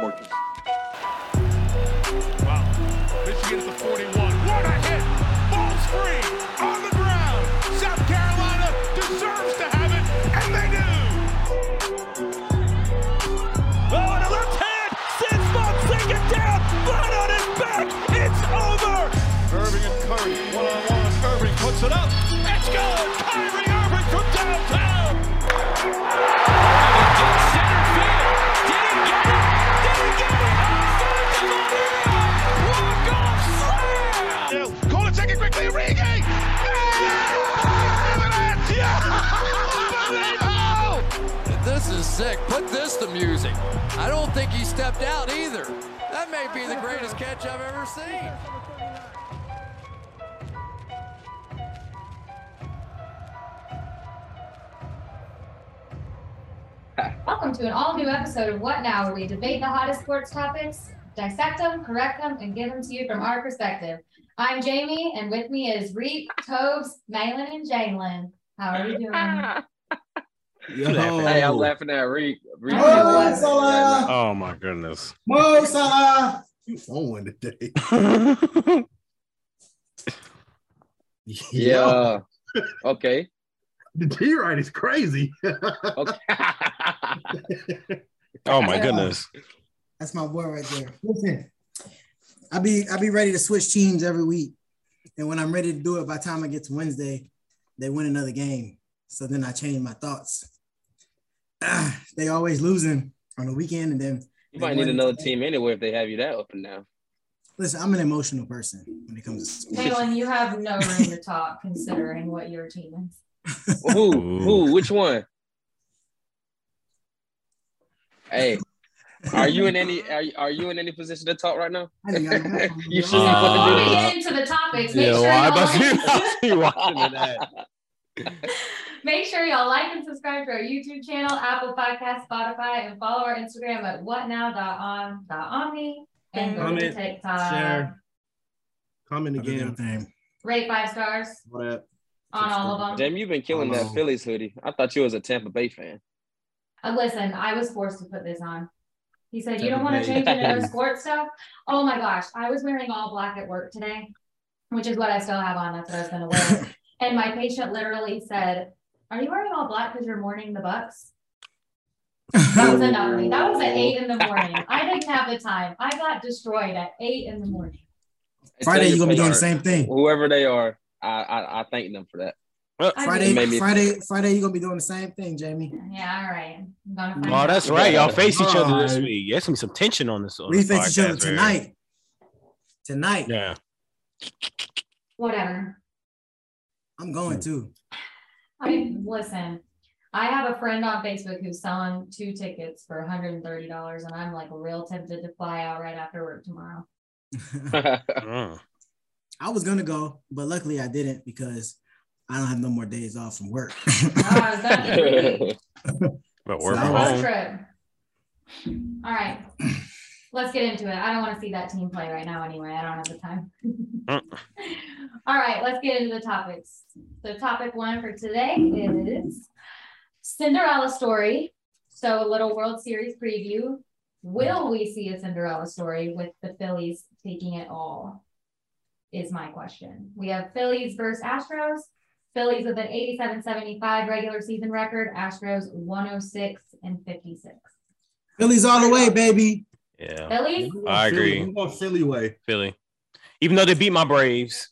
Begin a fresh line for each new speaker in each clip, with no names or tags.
Marcus.
Wow. Michigan at the 41. What a hit! Ball's free on the ground. South Carolina deserves to have it, and they do. Oh, and a left hand. Six months, second down. Flat on his back. It's over. Irving and Curry, one on one. Irving puts it up. It's good. Kyrie Irving from downtown. Did center field. Did he get it? Did he get it? Walk-off slam! Call it, take it quickly, Origi! Yeah!
This is sick. Put this to music. I don't think he stepped out either. That may be the greatest catch I've ever seen.
Welcome to an all new episode of What Now, where we debate the hottest sports topics, dissect them, correct them, and give them to you from our perspective. I'm Jamie, and with me is Reed, Tobes, Malin, and Jalen. How are you doing?
Hey, I'm laughing at Reek. Reek is
Oh,
laughing
Salah.
right
Oh my goodness.
Mo Salah. You on today. Yo,
now. Yeah. Okay.
The T right is crazy.
Okay.
oh my goodness.
That's my word right there. Listen, I be I be ready to switch teams every week, and when I'm ready to do it, by the time I get to Wednesday, they win another game. So then I change my thoughts. Ah, they always losing on the weekend, and then
you might need another team anyway if they have you that open now.
listen. I'm an emotional person when it comes to sports.
Malin, you have no room to talk considering what your team is.
Who?
Ooh.
Who? Which one? Hey, are you in any are you, are you in any position to talk right now?
I think I'm-
You shouldn't
Before
Uh,
we
fucking do
get into the topics, make
Yeah,
sure
why
y'all
about you?
like,
you watching it at?
make sure y'all like and subscribe to our YouTube channel, Apple Podcast, Spotify, and follow our Instagram at whatnow.on.omni and go to
Comment,
TikTok.
share. Comment
Again,
again.
thing.
Rate five stars
All that.
on all of them.
that. Damn, you've been killing that
Hello.
Phillies hoodie. I thought you was a Tampa Bay fan.
Uh, listen, I was forced to put this on. He said, You don't want to
Definitely.
change into no sports stuff? Oh my gosh. I was wearing all black at work today, which is what I still have on. That's what I was going to wear. and my patient literally said, Are you wearing all black because you're mourning the Bucks? That was another me. That was at eight in the morning. I didn't have the time. I got destroyed at eight in the morning.
I tell
Friday,
you
you're gonna be
they
doing the
are-
same thing.
Whoever they are, I I, I thank them for that.
I
Friday,
mean,
made me-
Friday, Friday, you're gonna be doing the same thing, Jamie.
Yeah, all right. I'm gonna find
Oh,
out.
that's right. Y'all face each other this
Alright.
week. There's some, some tension on this. on
We
this
face each other
Oh, podcast, man.
tonight. Tonight,
Yeah.
Whatever.
I'm going to.
I mean, listen, I have a friend on Facebook who's selling two tickets for $130, and I'm like real tempted to fly out right after work tomorrow.
Mm.
I was gonna go, but luckily I didn't because I don't have no more days off from work.
Oh, I was done for three.
But we're
So-
from
Road
home.
trip. All right. Let's get into it. I don't want to see that team play right now anyway. I don't have the time.
Mm.
All right, let's get into the topics. So topic one for today is Cinderella story. So a little World Series preview. Will we see a Cinderella story with the Phillies taking it all? Is my question. We have Phillies versus Astros. Phillies with an 87-75 regular season record, Astros 106 and 56.
Philly's all the way, baby.
Yeah.
Phillies,
I agree.
We want Philly way.
Philly. Even though they beat my Braves.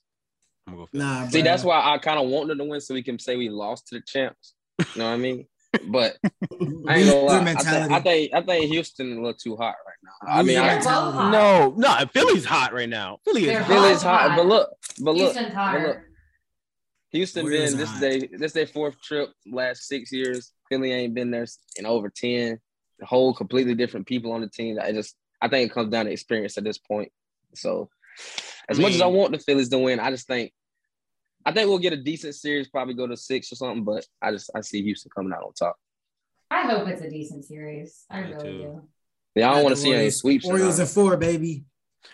I'm gonna go Philly.
Nah,
See,
bruh.
that's why I kind of want them to win so we can say we lost to the champs. You know what I mean? But I ain't
Loser
gonna lie. I, think,
mentality.
I think I think Houston a little too hot right now. I mean,
Loser
I,
they're both
mentality.
hot.
Oh,
No, no, Philly's hot right now. Philly
They're
is
hot.
Philly's hot, but look, but look,
Houston's
but look,
hotter.
Houston
Warriors
been this
hot.
day this day fourth trip last six years. Philly ain't been there in over ten. The whole completely different people on the team. I just I think it comes down to experience at this point. So as
I
much as I
mean-
want the Phillies to win, I just think I think we'll get a decent series, probably go to six or something. But I just I see Houston coming out on top.
I hope it's a decent series. I
Me
really
too.
do.
Yeah, I don't
Got
want
the
to see any
Orioles-
sweeps. or
Orioles
nothing.
and four, baby.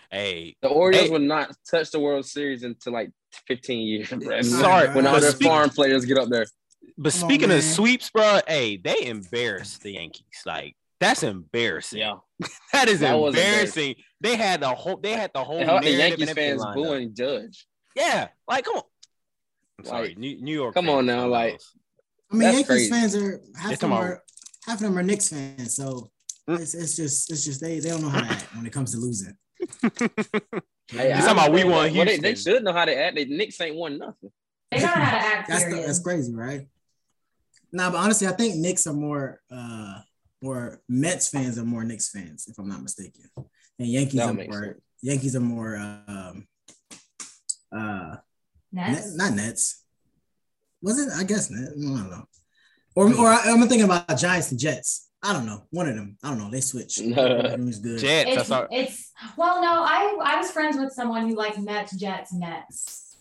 Hey,
The Orioles
Hey.
will not touch the World Series until like 15 years, bro.
Sorry,
when all
but
their
speak-
farm players get up there.
but
Come on,
speaking
man.
of sweeps, bro, hey, they embarrassed the Yankees. Like that's embarrassing.
Yeah.
That is
That was
embarrassing. They had the whole. They had the whole.
And all the
narrative and
Yankees
everything
fans
lined up.
booing Judge.
Yeah, like come on. I'm sorry,
Like,
New, New York.
come on
fans,
now,
something
like-
else.
I mean,
That's
Yankees
crazy.
fans are half
They
of them
talking about-
are half of them are Knicks fans, so
Mm.
it's, it's just it's just they they don't know how to act when it comes to losing.
Hey, I
talking about we won
understand that. Well, they,
Houston.
they should know how to act. The Knicks ain't won nothing.
They don't know how to act.
That's the,
period.
that's crazy, right? Nah, but honestly, I think Knicks are more uh more Mets fans are more Knicks fans, if I'm not mistaken. And Yankees
That
are
makes
more
sense.
Yankees are more um uh
Nets?
Net- not Nets. Was it? I guess Nets. I don't know. Or, or I, am thinking about Giants and Jets. I don't know. One of them. I don't know. They switch. It was good.
Jets. I
It's,
saw-
it's well, no, I I was friends with someone who liked Mets, Jets, Nets.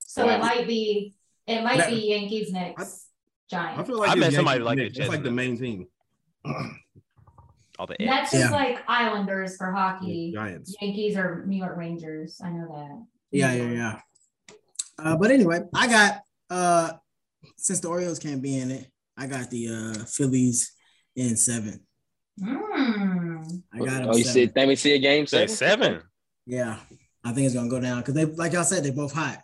So
Wow.
it might be it might
That-
be Yankees, Knicks,
I
Giants.
feel like
I
it's
bet somebody
Yankees
like
and
the
Knicks.
Jets
That's like
in
the
that.
main team.
All the X.
That's just
Yeah.
like Islanders for hockey.
Giants.
Yankees or New York Rangers. I know that.
Yeah, yeah, yeah. Uh, but anyway, I got uh since the Orioles can't be in it, I got the uh Phillies in seven.
Mm.
I got them
oh, you see,
seven.
think we see a game
Say
seven?
seven.
Yeah, I think it's gonna go down because they like y'all said they both hot.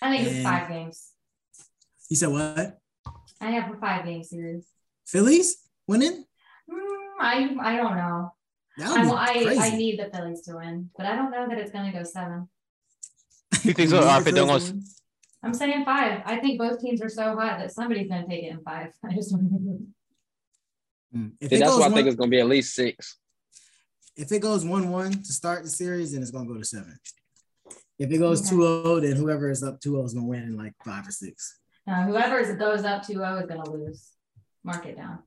I think it's
And-
five games.
You said what?
I have a five game series.
Phillies winning?
Mm, I I don't know.
That would
I,
be
I,
crazy.
I need the Phillies to win, but I don't know that it's going to go seven.
You think so? I bet they're
Phillies
gonna-
win.
I'm saying five. I think both teams are so hot that somebody's going to take it in five. I just want to.
Mm. If
See,
it
that's
goes
why I
one-
think it's gonna be at least six.
if it goes 1 1 to start the series, then it's going to go to seven. If it goes
Okay.
2 0, then whoever is up 2 0 is going to win in like five or six.
Now, whoever is- goes up 2 0 is going to lose. Mark it down.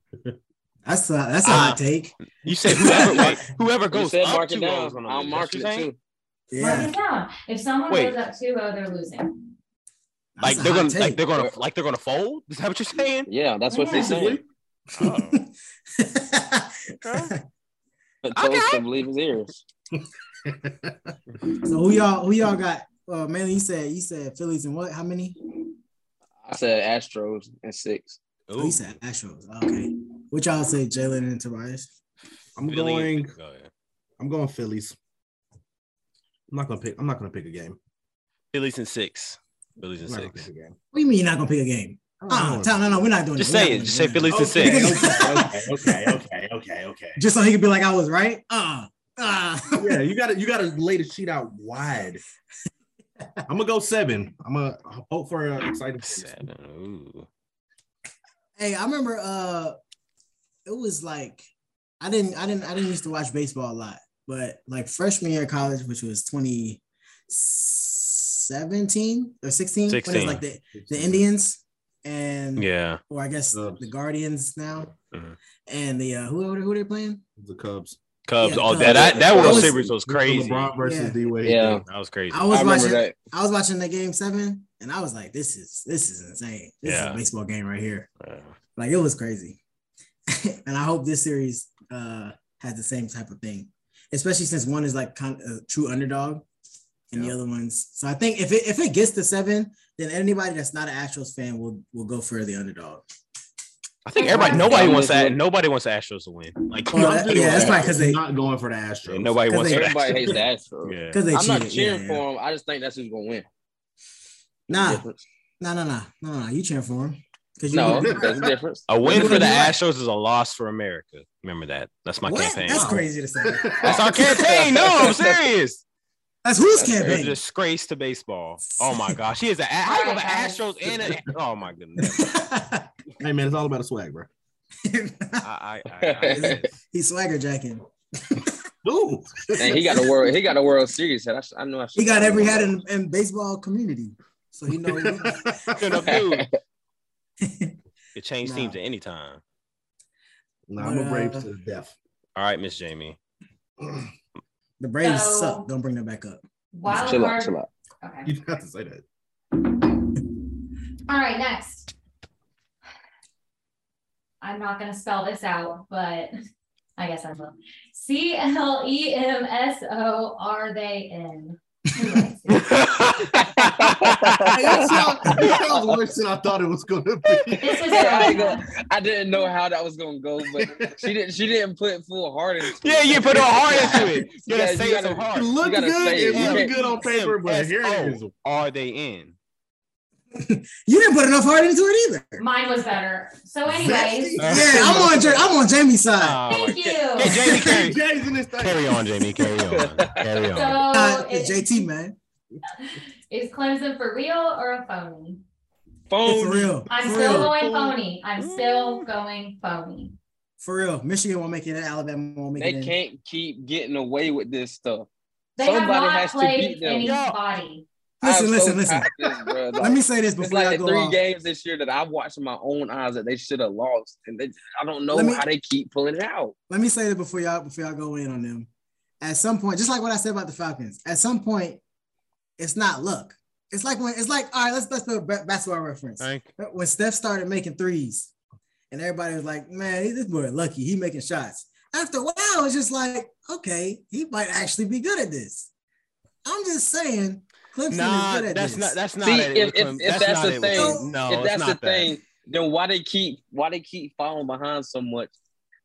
That's a, that's a
Uh,
hot take.
You said whoever wait, whoever
You
goes
said
up
mark
2-0
it
is
down.
gonna
I'll
lose.
mark
That's what
it
you're saying?
too.
Yeah.
Mark it down. If someone
Wait.
goes up 2 0, they're losing.
Like
that's a
they're
hot
gonna
take.
like they're gonna like they're gonna fold. Is that what you're saying?
Yeah, that's what
Yeah.
they're saying.
Oh.
The toast of believers ears.
so who y'all who y'all got? Uh, mainly you said you said Phillies and what? How many?
I said Astros and six.
Oh, you said Astros. Okay. What y'all say? Jalen and Tobias.
I'm
Philly.
going.
Go ahead.
I'm going Phillies. I'm not gonna pick. I'm not gonna pick a game.
Phillies in six. Phillies in
I'm not gonna
six.
pick a game.
What do you mean you're not gonna pick a game?
Oh,
Uh, no, no, no, we're not doing
Just
that. We're
say
not
it.
doing
Just
that.
say Phillies in
Okay,
six.
okay, okay, okay, okay, okay.
Just so he could be like I was right. Uh, uh.
Yeah, you gotta you gotta lay the sheet out wide. I'm gonna go seven. I'm gonna hope for an exciting series.
Seven. Ooh.
Hey, I remember uh it was like I didn't I didn't I didn't used to watch baseball a lot, but like freshman year of college, which was 2017 or 16, when
16.
it's like the, the Indians and
Yeah.
or I guess
Cubs.
the Guardians now
Mhm.
and the uh who who they playing?
the Cubs.
Cubs.
Yeah,
all
Cubs.
that that, that
I
World
was-
Series was crazy.
LeBron versus
Yeah.
D Wade.
Yeah.
That was crazy.
I
I
was
remember
watching
that.
I was watching that game seven and I was like, this is this is insane. This is
Yeah.
a baseball game right here.
Yeah.
Like it was crazy. and I hope this series uh has the same type of thing, especially since one is like kind of a true underdog and the other one's so I think if it if it gets to seven, then anybody that's not an Astros fan will will go for the underdog.
I think everybody nobody
Down
wants
this
that.
way.
Nobody wants the Astros to win. Like
Oh, that- yeah, that's probably
why
'cause they-
not going for the Astros.
nobody wants the
Everybody hates the
Astros.
Astros.
Yeah.
Because they
I'm not
cheated.
cheering
Yeah,
for 'em.
yeah.
for them. I just think that's who's gonna win.
Nah.
Difference.
No, no, no, no, no. You cheering for him. Cause you
No, that's the difference.
A win
What
for
do
the
you like?
Astros is a loss for America. Remember that. That's my
What?
campaign.
That's
That's,
crazy to say.
our campaign. No, I'm serious.
That's whose
That's
It's a
campaign?
disgrace to baseball. Oh my gosh, he is a how you gonna have Astros and a, oh my goodness.
Hey man, it's all about a swag, bro.
I, I, I,
He's swagger jacking.
Ooh.
And he got the world. He got the World Series hat. I, sh- I know. I
He
should-
got every hat in, in baseball community, so he knows.
I, I, gonna do it change
Nah.
teams at any time.
nah, I'm a brave to the death.
All right, Miss Jamie.
The Braves
So-
suck. Don't bring them back up.
Wild
Chill
card.
out, chill out.
Okay.
You didn't have to say that.
All right, next. I'm not going to spell this out, but I guess I will. C L E M S O. Are they in? Who likes it?
that sounds that sounds worse than I thought it was gonna be.
This is
I, ain't
Veronica.
gonna- I didn't know how that was gonna go, but she didn't. She didn't put full heart into it.
Yeah, you put a heart into it. You
Yeah,
gotta
you
say
gotta-
some
It
heart.
looked
gotta
good.
say it,
It
yeah.
looked good on paper, but here it is.
MSO, Are they in?
You didn't put enough heart into it either.
Mine was better. So, anyways,
yeah, I'm on. Ja- I'm on Jamie's side.
Oh,
thank
my-
you.
Hey, Jamie, carry,
Jay's in this thing.
carry on, Jamie. Carry on. Carry on.
So,
Nah, it's
is,
JT man,
is Clemson for real or a phony?
It's
Phone.
for real.
I'm
for
still
real. Mm.
going phony. I'm still going phony.
For real. Michigan won't make it. in. Alabama won't make
They
it. in.
can't keep getting away with this stuff.
They have
Somebody
not
has to
played
beat them.
anybody.
I'm
Listen,
so
listen, listen.
tired of this, bruh.
Let me say this
It's
before I
like the
go
three
off.
games this year that I watched in my own eyes that they should have lost, and they, I don't know
Let me-
how they keep pulling it out.
let me say that before y'all before y'all go in on them. At some point, just like what I said about the Falcons, at some point, it's not luck. It's like when it's like all right, let's let's do a ba- basketball reference.
Thank
When Steph started making threes, and everybody was like, "Man, this boy lucky. He making shots." After a while, it's just like, okay, he might actually be good at this. I'm just saying, Clemson is
Nah,
good at
that's
this.
not. That's not.
See,
it.
if- if-
Clem-
if that's
not
the
it.
thing-
no,
if
it's
that's the
not that.
thing, then why they keep why they keep falling behind so much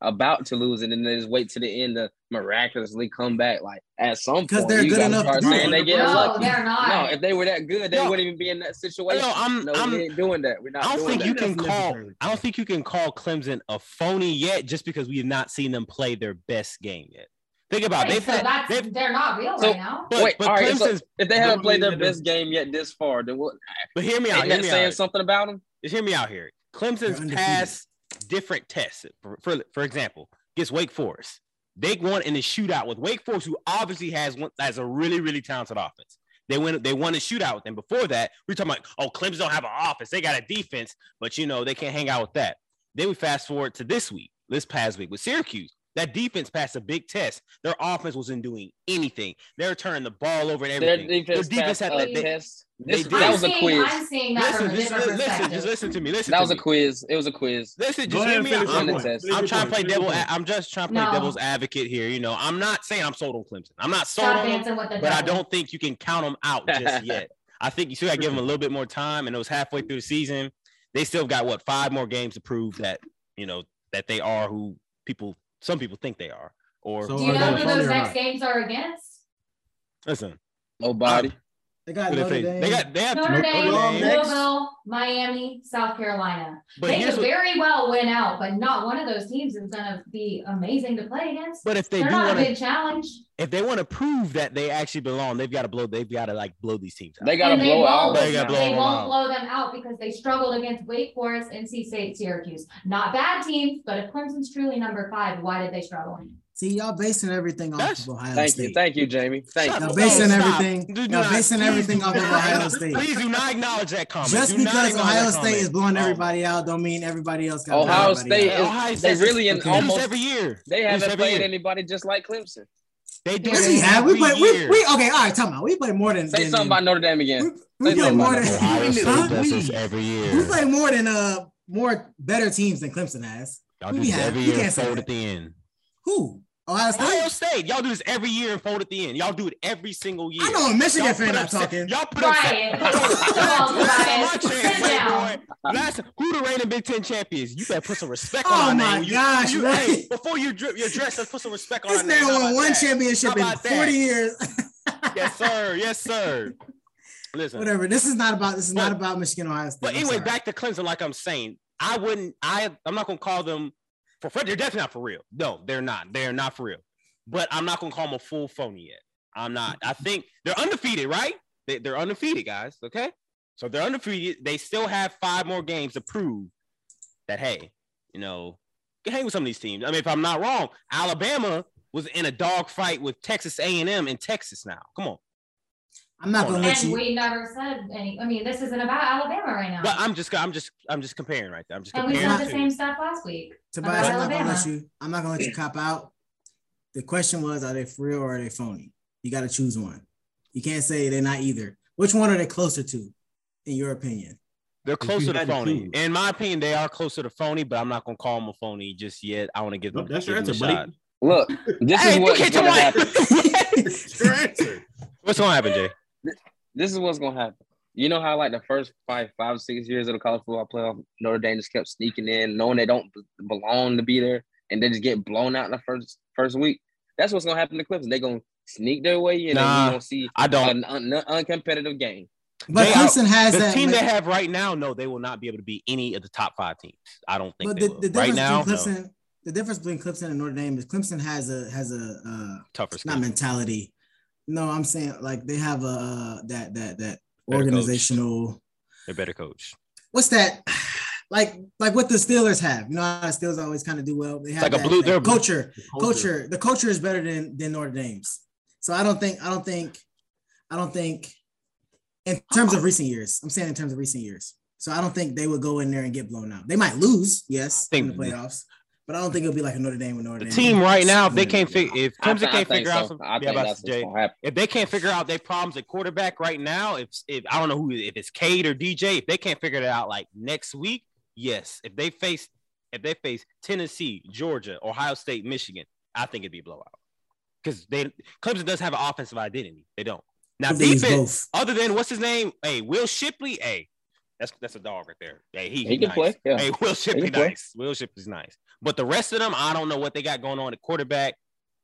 about to lose, and then they just wait to the end to miraculously come back. Like at some
'Cause
point,
they're
you
good
gotta
enough to
start
do
saying
it.
they get
no,
lucky.
they're not.
No, if they were that good, they
No.
wouldn't even be in that situation.
No, I'm-
no,
I'm-
we ain't doing that. We're not.
I don't
doing
think
that.
you can
That's
call.
necessary.
I don't think you can call Clemson a phony yet, just because we have not seen them play their best game yet. Think about it.
Okay,
They've
so
had.
that's,
they've-
they're not real
So-
right now.
But,
Wait,
but
all right. so
Clemson's.
if they haven't
Don't
played their
believe it
best game yet this far, then what?
but hear me out.
Ain't
Hear
that
me
saying
out.
something about them?
Just hear me out here.
They're
Clemson's
undefeated.
passed different tests. For, for, for example, gets Wake Forest. They won in a shootout with Wake Forest, who obviously has one has a really, really talented offense. They went they won a shootout with them. Before that, we were talking about, oh, Clemson don't have an offense. They got a defense, but you know, they can't hang out with that. Then we fast forward to this week, this past week with Syracuse. That defense passed a big test. Their offense wasn't doing anything. They were turning the ball over and
Their
everything.
defense,
Their defense
passed
had
a
that- they-
test.
they
This-
did.
that was a
I'm seeing,
quiz.
I'm seeing that
listen,
from a
just,
different
listen,
perspective.
just listen to me. Listen
That
to
was a
me.
quiz. It was a quiz.
Listen,
Go
just
ahead
hear
and
me out.
finish your
I'm-
Finish
point.
that.
Finish
I'm trying
your
to
point.
play
Finish your
devil.
point.
I'm just trying to play
No.
devil's advocate here. You know, I'm not saying I'm sold on Clemson. I'm not sold
Stop
on them,
dancing with the
but I
devil.
don't think you can count them out just yet. I think you still got to give them a little bit more time. And it was halfway through the season. They still got what five more games to prove that you know that they are who people, some people think they are. Or
So
Do you
Are
know
they
who
phony
those
or
next
not?
games are against?
listen,
Nobody.
They got
who they
Notre
face?
Dame.
they got they have
Notre Dame,
Notre Dame.
Louisville, Miami, South Carolina.
But
they
here's
could
what,
very well win out, but not one of those teams is going to be amazing to play against.
but if they
They
do
are not
want
a
to,
good challenge.
if they want to prove that they actually belong, they've got to blow. They've got to like blow these teams out.
They got to
and they
blow out.
won't,
They gotta
they,
blow them
won't
out.
blow them out because they struggled against Wake Forest, NC State, Syracuse. Not bad teams, but if Clemson's truly number five, why did they struggle?
See, y'all basing everything off
That's-
of Ohio
Thank
State.
you, thank you, Jamie. Thank
Shut
you.
Now,
up.
based on
No, stop.
everything,
Do
now
not-
based on
please
everything
do
off of
not-
Ohio State.
Please do not acknowledge that comment.
Just
Do not
because
acknowledge
Ohio
that
State
comment.
is blowing
Oh my
everybody out, don't mean everybody else got
Ohio
everybody
State
out.
is-
Ohio State
they really in
lose
almost.
every year.
They
Lose
haven't
every
played
year.
anybody just like Clemson.
They do.
Yes, we have. We
every
play. We,
year.
we okay. All right, time out. We play more than.
Say
than-
something about Notre Dame again.
we, we
say
play
something
more
about
than.
Ohio State
Huh?
does
We-
this every
We
year.
play more than uh more better teams than Clemson has.
Y'all
we
do this
have-
every
we
year
can't
and
say
fold
that.
at the end.
Who? Ohio
Ohio
State.
State, y'all do this every year and fold at the end. Y'all do it every single year.
I know a Michigan
Y'all
fan
put
not
up se-
talking.
Y'all put up. se-
Ryan, first of all,
Last
Tobias,
time I checked,
sit down.
Playboy, Last who the reigning Big Ten champions? You better put some respect
Oh
on
my
name. You-
gosh,
you-
right.
hey, before you drip your dress, let's put some respect on
This
our name.
man
How
won
about
one
that?
championship
How
in
about that?
forty years.
Yes, sir. Yes, sir. Listen,
Whatever. This is not about. This is
But-
not about Michigan Ohio State.
But
I'm
anyway,
sorry.
back to Clemson. Like I'm saying, I wouldn't. I I'm not gonna call them for. Fred, they're definitely not for real. No, they're not. They're not for real. But I'm not gonna call them a full phony yet. I'm not. I think they're undefeated, right? They, they're undefeated, guys. Okay, so they're undefeated. They still have five more games to prove that hey, you know, you can hang with some of these teams. I mean, if I'm not wrong, Alabama was in a dog fight with Texas A&M in Texas. Now, come on.
I'm not gonna let
And
you.
we never said any, I mean, this isn't about Alabama right now.
But I'm just, I'm just, I'm just comparing right there. I'm just
and we
comparing.
said
Aaron
the
two.
same stuff last week.
Tobias, I'm not gonna let
Alabama.
you. I'm not gonna let you cop out. The question was, are they for real or are they phony? You got to choose one. You can't say they're not either. Which one are they closer to, in your opinion?
They're
you
closer to
had to
phony.
choose.
In my opinion, they are closer to phony, but I'm not gonna call them a phony just yet. I want to give them.
Nope, that's your
give
answer,
them a
buddy.
shot.
Look, this is
Hey,
what
you
what's
can't tell
gonna
my-
happen.
It's your answer.
What's gonna happen, Jay?
This is what's gonna happen. You know how like the first five, five, six years of the college football playoff, Notre Dame just kept sneaking in, knowing they don't b- belong to be there, and they just get blown out in the first first week. That's what's gonna happen to Clemson. They're gonna sneak their way in, and
Nah,
we're gonna see
I don't.
an un- un- uncompetitive game.
But
They
Clemson has
The
that.
team
like-
they have right now, no, they will not be able to beat any of the top five teams. I don't think
but
they
the,
will.
the difference
right now,
between
no.
Clemson, the difference between Clemson and Notre Dame is Clemson has a has a uh,
tougher
not
schedule.
mentality. No, I'm saying like they have a uh, that that that
Better coach.
organizational.
They're better coach.
What's that? Like like what the Steelers have. You know how the Steelers always kind of do well. They have
like a
that-
blue-
that
they're a blue-
culture. culture the culture is better than than Notre Dame's. So I don't think I don't think I don't think in terms of recent years. I'm saying in terms of recent years. So I don't think they would go in there and get blown out. They might lose, yes,
I
in the
think-
playoffs, but I don't think it'll be like a Notre Dame with Notre
The
Dame.
team right now, if they
Yeah.
can't figure if
I
Clemson
thi- I
can't
think
figure out
so.
some,
I
yeah,
think
about
that's
Jay.
what's gonna happen.
if they can't figure out their problems at quarterback right now, if if I don't know who if it's Cade or DJ, if they can't figure it out like next week, yes. If they face if they face Tennessee, Georgia, Ohio State, Michigan, I think it'd be a blowout. Because they Clemson does have an offensive identity. They don't. Now
Could lose
defense,
both.
other than what's his name? Hey, Will Shipley. Hey, that's that's a dog right there. Hey, he,
He can
nice.
play, yeah.
Hey, Will Shipley
play.
nice. Will Shipley's nice. But the rest of them, I don't know what they got going on at quarterback.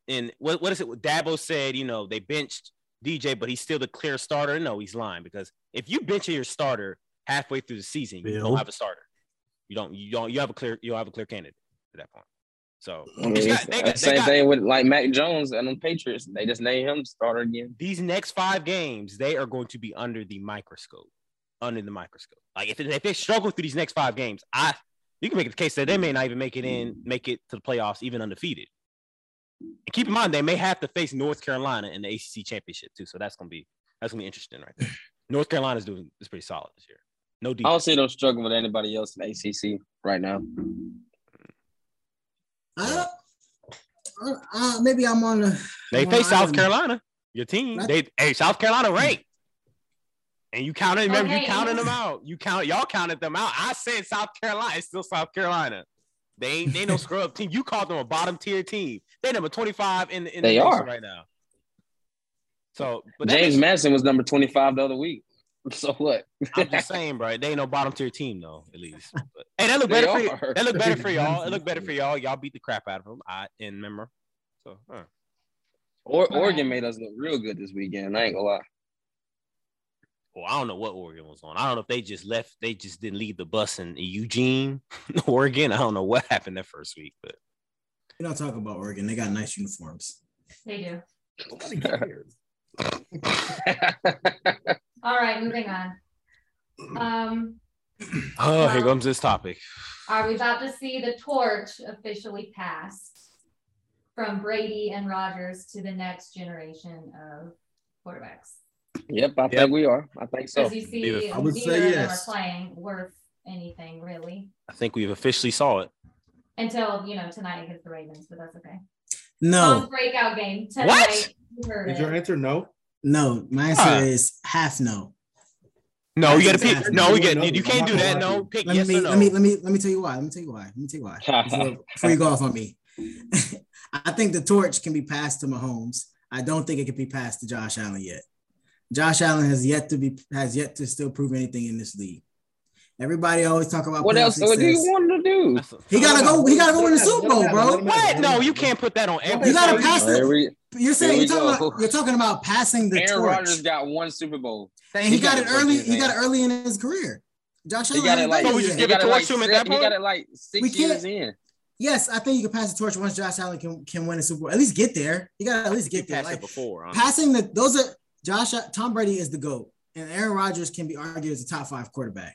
And what, what is it? Dabo said, you know, they benched DJ, but he's still the clear starter. No, he's lying because if you bench your starter halfway through the season, you
Bill.
don't have a starter. You don't. You don't. You have a clear. You don't have a clear candidate at that point. So
I mean,
They got-
it's-
they got-
uh, same
they got-
thing with like Mac Jones and the Patriots. They just named him starter again.
these next five games, they are going to be under the microscope. Under the microscope. Like if, if they struggle through these next five games, I you can make the case that they may not even make it in, make it to the playoffs, even undefeated. And keep in mind, they may have to face North Carolina in the ACC championship too. So that's gonna be that's gonna be interesting, right there. North Carolina's doing is pretty solid this year. No
I don't
defense.
see them struggling with anybody else in ACC right now.
Uh, uh, uh, maybe I'm on the
They
Well,
face
I
South
don't-
Carolina, your team. They hey South Carolina ranked. And you counted, remember you
Okay.
counted them out. You count y'all counted them out. I said South Carolina, it's still South Carolina. They ain't they no scrub team. You called them a bottom tier team. They number 25 in the in
They
the nation
are.
right now. So but that
James
makes-
Madison was number twenty five the other week. So what?
I'm just saying, bro. They ain't no bottom tier team though, at least. But, hey, that look
They
better for you.
are.
That look better for y'all. It look better for y'all. Y'all beat the crap out of them. I in memory. So all right.
Or Oregon made us look real good this weekend. I ain't gonna lie.
Well, I don't know what Oregon was on. I don't know if they just left. They just didn't leave the bus in Eugene, Oregon. I don't know what happened that first week, but
we don't talk about Oregon. They got nice uniforms.
They do.
Nobody cares.
All right, moving on. Um,
oh,
here
here comes this topic.
Are we about to see the torch officially passed from Brady and Rogers to the next generation of quarterbacks?
Yep, I
Yep.
think we are. I think so.
Because you see,
Beautiful.
I would
neither
say
of them are
yes.
playing worth anything really
I think we've officially saw it.
until you know tonight against the Ravens, but that's okay.
No,
Tom's breakout game tonight.
What?
you heard
Is your
it.
answer no?
no. My answer
Huh.
is half no.
No, you got to
Exactly.
pick. No, you,
Doing
get, you
nothing.
can't
I'm
do
not
that.
gonna lie to
No,
you.
pick
let
yes
me
or no.
let me let me let me tell you why. Let me tell you why. Let me tell you why. Before, before you go off on me, I think the torch can be passed to Mahomes. I don't think it can be passed to Josh Allen yet. Josh Allen has yet to be has yet to still prove anything in this league. Everybody always talk about
what
playoff
else? What do you
success.
want him to do?
That's a-
He gotta go. He gotta go win the Super Bowl, bro.
What? No, you can't put that on every.
You gotta pass
There
the.
we-
You're saying
Here
you're
we
talking,
go.
about, you're talking about passing the
Aaron
torch.
Rodgers got one Super Bowl.
and
he
he got
got
it
it
early.
in his
He got it
hand.
early in his career. Josh
He
Allen.
got it
hasn't
like,
done
So we
it
just
yet.
he, got
give
it
it
like
to him at
six,
that
he
point?
got it like
We
six
can't-
years in.
Yes, I think you can pass the torch once Josh Allen can, can win a Super Bowl. At least get there. You gotta at least
You
get there.
passed it
Like
before. honestly.
passing the those are Josh Tom Brady is the GOAT. And Aaron Rodgers can be argued as a top five quarterback.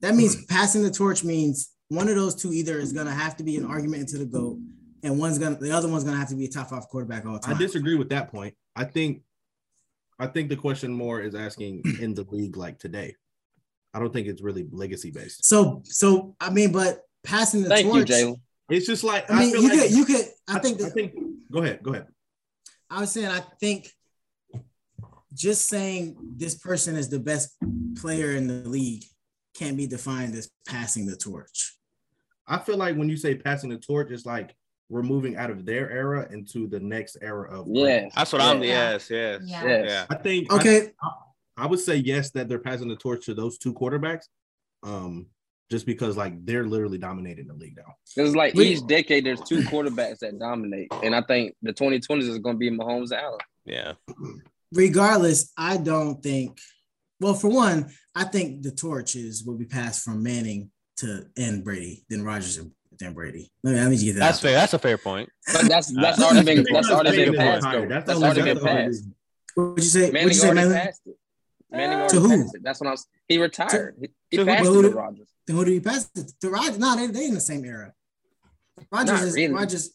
That means
Hmm.
passing the torch means one of those two either is gonna have to be an argument into the GOAT, and one's gonna the other one's gonna have to be a top five quarterback all
I
time.
disagree with that point. I think I think the question more is asking in the league like today. I don't think it's really legacy based.
So so I mean, but passing the
Thank you,
torch.
Jalen.
It's just like
I mean,
feel
you
like
could you could I think
I
that,
think go ahead, go ahead.
I was saying, I think just saying this person is the best player in the league can't be defined as passing the torch.
I feel like when you say passing the torch, it's like we're moving out of their era into the next era of
Yes.
That's what I'm. Yes, yes,
Yeah.
Yes.
yeah.
I think I
Okay,
I would say yes that they're passing the torch to those two quarterbacks, um, just because like they're literally dominating the league now.
Because like
We-
each decade, there's two quarterbacks that dominate, and I think the 2020s is going to be Mahomes and Allen.
yeah.
regardless, I don't think. Well, for one, I think the torches will be passed from Manning to and Brady, then Rogers and then Brady. Let me, let me get that.
That's
out.
fair. That's a fair point.
But that's that's
Uh,
already been
Because
that's already
Manning
been
is
passed.
retired.
though.
That's
That's
the only-
already been
that's the only
passed.
reason.
What'd you say? What'd
Manning
you say,
already
Malin?
passed it. Manning
To
already
who?
passed it. That's what I was. He retired. He, he
to who?
passed
Who
it to
did-
Rodgers.
Then who do you pass it to? Rogers? No, they they in the same era. Rogers
Not
is mm,
really.
Rogers.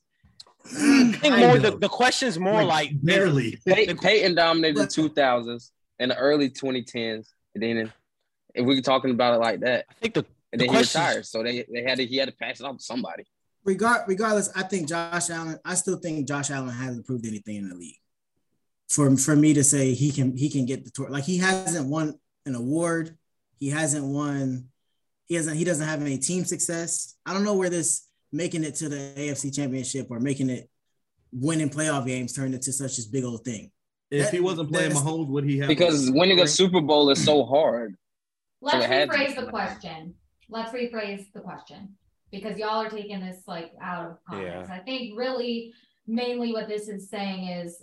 I think more the, the question's more like
barely.
Pey- Peyton dominated the
But-
2000s and the early 2010s, and then if we're talking about it like that,
I think the
and
The
then he
question is-
retired, so they they had to he had to pass it on to somebody.
Regard, regardless, I think Josh Allen. I still think Josh Allen hasn't proved anything in the league. For for me to say he can he can get the tour like he hasn't won an award. He hasn't won. He hasn't. He doesn't have any team success. I don't know where this making it to the AFC Championship or making it winning playoff games turned into such this big old thing.
If he wasn't playing
That's-
Mahomes, would he have?
Because winning a Super Bowl is so hard.
Let's
it had to be
rephrase the
somebody.
question. Let's rephrase the question because y'all are taking this like out of context. I think really mainly what this is saying is,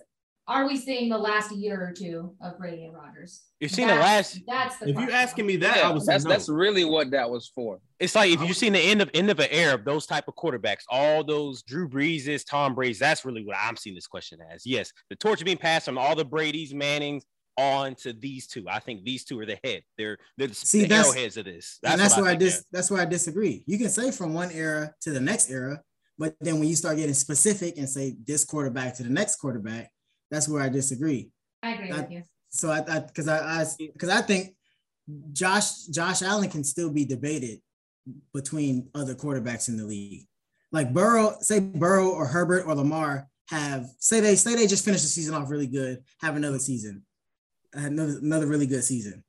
are we seeing the last year or two of Brady and Rogers?
You've seen the last-
That's the
if you
question.
asking me that, I
Yeah,
would say
that's
no.
that's really what that was for.
it's like if you've seen the end of end of an era of those type of quarterbacks, all those Drew Breeses, Tom Brady's. That's really what I'm seeing this question as. Yes, the torch being passed from all the Brady's, Mannings on to these two. I think these two are the head. They're they're the,
See,
the
that's-
arrowheads of this.
and that's
what
where I,
think,
dis- that's where I disagree. You can say from one era to the next era, but then when you start getting specific and say this quarterback to the next quarterback, that's where I disagree.
I agree
I-
with you.
So I because I because I, think Josh Josh Allen can still be debated between other quarterbacks in the league. Like Burrow, say Burrow or Herbert or Lamar have say they say they just finish the season off really good, have another season, another another really good season.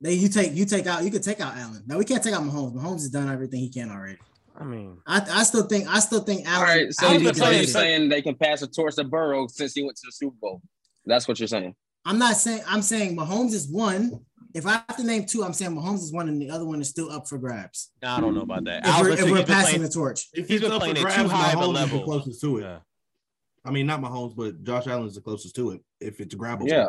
They you take you take out you could take out Allen. Now we can't take out Mahomes. Mahomes has done everything he can already.
yeah. I mean,
I, I still think I still think
All
Allen.
right, so,
Allen
you,
could
so
be
you're
debated.
saying they can pass a torch to Burrow since he went to the Super Bowl. That's what you're saying.
I'm not saying I'm saying Mahomes is one. If I have to name two, I'm saying Mahomes is one, and the other one is still up for grabs.
I don't know about that.
If we're,
Alvin,
if
so
we're
you've been
passing
playing-
the torch,
If
He's
he's
been
up for
playing at
grabs,
too high of a
Mahomes is the
level.
closest to it.
Yeah.
I mean, not Mahomes, but Josh Allen is the closest to it. If it's grabbable,
Yeah,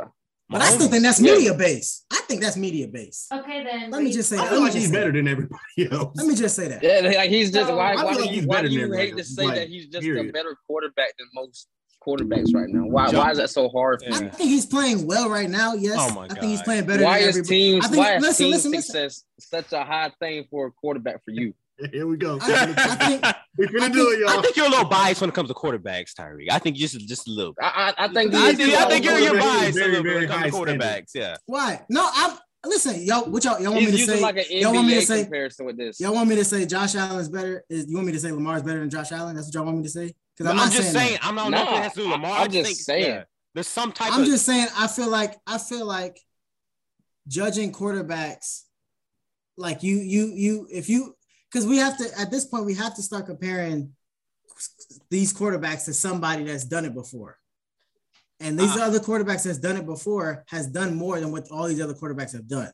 but I still
Mahomes.
think that's
yeah.
media based. I think that's media based.
Okay, then.
Let me just say
I
that.
feel
Let me
like
just
he's
say
better
that.
than everybody else.
Let me just say that.
yeah. Like he's just
So-
why
I
why
feel
do
like
you,
he's
why
better
do
than
you hate
everybody
to
else,
say that
like,
he's just a
period.
better quarterback than most quarterbacks right now? Why
Josh-
why is that so hard? For
Yeah.
you?
I think he's playing well right now. Yes,
Oh my
I think he's
God.
playing better.
Why
than
is
everybody.
teams
I think-
why is
listen,
team
listen, listen.
success such a high thing for a quarterback for you?
Here we go.
I- I think-
We're gonna
I
do
think-
it,
I
y'all.
think you're a little biased when it comes to quarterbacks, Tyreek. I think just just a little. bit.
I I, I think
I,
these
do, I
two-
think you're, you're
Quarterbacks is
biased a
very,
little bit when
very
it comes to
high standard.
quarterbacks. Yeah.
Why? No, I'm listen, y'all. What y'all y'all want
He's
me to
using
say?
like an
y'all want me to
NBA
say-
comparison with this.
Y'all want me to say Josh Allen's better? Is you want me to say Lamar's better than Josh Allen? That's what y'all want me to say? Because
I'm,
not
just
that.
saying. I'm not.
Nah,
nothing has to do with
I-
Lamar.
I'm
I
just saying.
yeah, there's some type
I'm
of.
just saying I feel like I feel like judging quarterbacks like you you you if you cuz we have to at this point we have to start comparing these quarterbacks to somebody that's done it before. And these
Uh.
other quarterbacks that's done it before has done more than what all these other quarterbacks have done.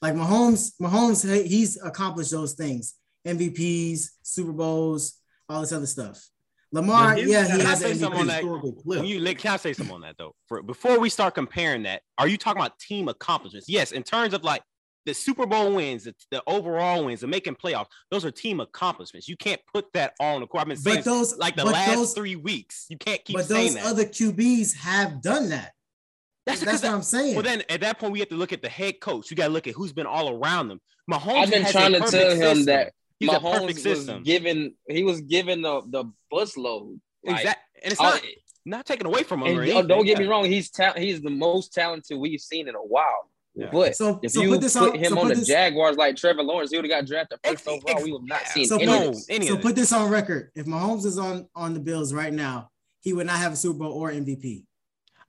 Like Mahomes Mahomes he- he's accomplished those things. MVPs, Super Bowls, all this other stuff. Lamar,
his-
yeah,
Can
he
I
has
say
an
something on
MVP.
that?
Historical clip.
When you li- can I say something on that though? For before we start comparing that, are you talking about team accomplishments? Yes, in terms of like the Super Bowl wins, the, the overall wins, the making playoffs. Those are team accomplishments. You can't put that on the court. I've been saying
But those
like the
but
last
those-
three weeks. You can't keep
but
saying
those
that.
other QBs have done that.
That's
That's,
because
what I'm saying.
Well, then at that point, we have to look at the head coach. You got to look at who's been all around them. Mahomes
I've been
has
trying
a
to
perfect
tell him
system.
that
he's a perfect
Mahomes was
system.
given he was given the the busload. Like,
exactly, and it's
all-
not not taken away from him.
and
or
don't- don't
anything.
get me wrong, he's ta- he's the most talented we've seen in a while.
Yeah.
But
so,
if
so
you
put
put,
this on,
him
so
on
put
the
this,
Jaguars like Trevor Lawrence, he would have got drafted
Ex-
first overall. we would have not seen
So
any
put-
of
no,
this.
any
so
of this.
put this on record. If Mahomes is on on the Bills right now, he would not have a Super Bowl or MVP.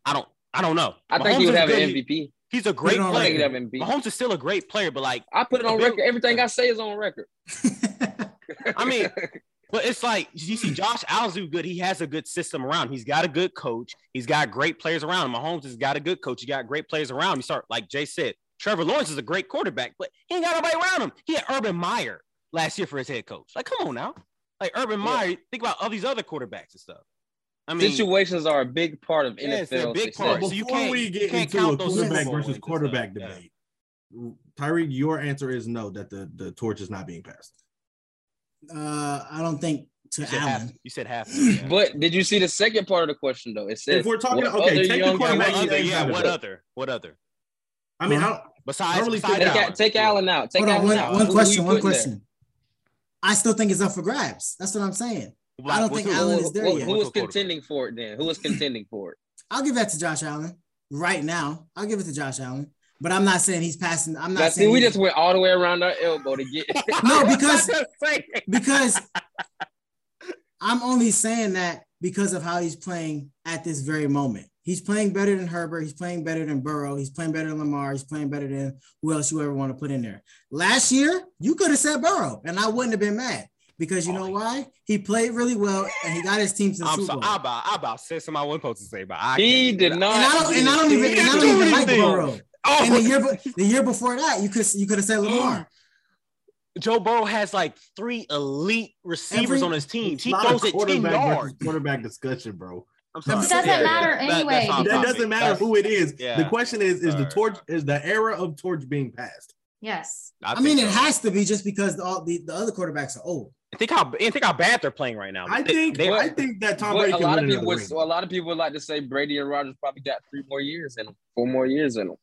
I don't. I don't know.
I think
Mahomes
he
is
would have
good.
an
He-
MVP.
He's a great
on
I think he'd
player.
have MVP.
Mahomes is still a great player, but like,
I put it on
Bill-
record. Everything I say is on record.
I mean, But it's like you see Josh Allen's do good. He has a good system around. him. He's got a good coach. He's got great players around him. Mahomes has got a good coach. He got great players around him. You start like Jay said, Trevor Lawrence is a great quarterback, but he ain't got nobody around him. He had Urban Meyer last year for his head coach. Like, come on now. Like Urban Meyer, think about all these other quarterbacks and stuff. I mean,
Situations are a big part of
Yes, they're a
NFL.
big
success.
part.
Before
so you can't-
we
you
get
can't
into
count
a
those
quarterback
Super Bowl
versus
wins and
quarterback
stuff, yeah.
debate, Tyreek, your answer is no that the, the torch is not being passed.
Uh, I don't think
you
to
said half.
Allen.
You said half. Yeah.
But did you see the second part of the question though? It says
If we're talking-
what
okay,
other
take the
young
yeah,
quarterback
what
guys-
other?
Max
Yeah,
Jones.
what other? What other?
I mean, how
Besides,
Normally
besides
take
Take,
Allen.
Al- take Allen out. Take
Hold on,
Allen
one,
out.
one
Who- who
question,
you
one
putting there?
question. I still think it's up for grabs. That's what I'm saying.
Like,
I don't
what's
think
the-
Allen
Who-
is there
who-
yet.
Who is
What's the quarterback?
contending for it then? Who is contending for it?
I'll give that to Josh Allen right now. I'll give it to Josh Allen, but I'm not saying he's passing. I'm not
Now, see,
saying
we
he's-
just went all the way around our elbow to get.
no because
Say it.
because I'm only saying that because of how he's playing at this very moment. He's playing better than Herbert. He's playing better than Burrow. He's playing better than Lamar. He's playing better than who else you ever want to put in there. Last year, you could have said Burrow, and I wouldn't have been mad because you know why? He played really well and he got his team to the
Oh, I'm
Super
sorry.
Bowl.
I about I about said something I wasn't supposed to say, but I
He
can't.
did not.
and I don't and I don't even and I don't even like Burrow.
Oh,
And the year be- the year before that, you could you could have said Lamar.
Joe Burrow has like three elite receivers
Every-
on his team.
It's
He
not a
throws it ten
quarterback
yards.
versus quarterback discussion, bro.
I'm
It doesn't matter anyway.
off
That
That
topic.
doesn't matter
That's-
who it is.
yeah.
The question is: is
Sorry.
the torch is the era of torch being passed?
Yes.
I, mean,
think
it
so.
has to be just because the, all the, the other quarterbacks are old.
Think how and think how bad they're playing right now.
I
Um, They-
think
they-
I think that Tom
But
Brady
a
can
lot
win
of people
another
would.
ring.
A lot of people would like to say Brady and Rogers probably got three more years in them, four more years in them.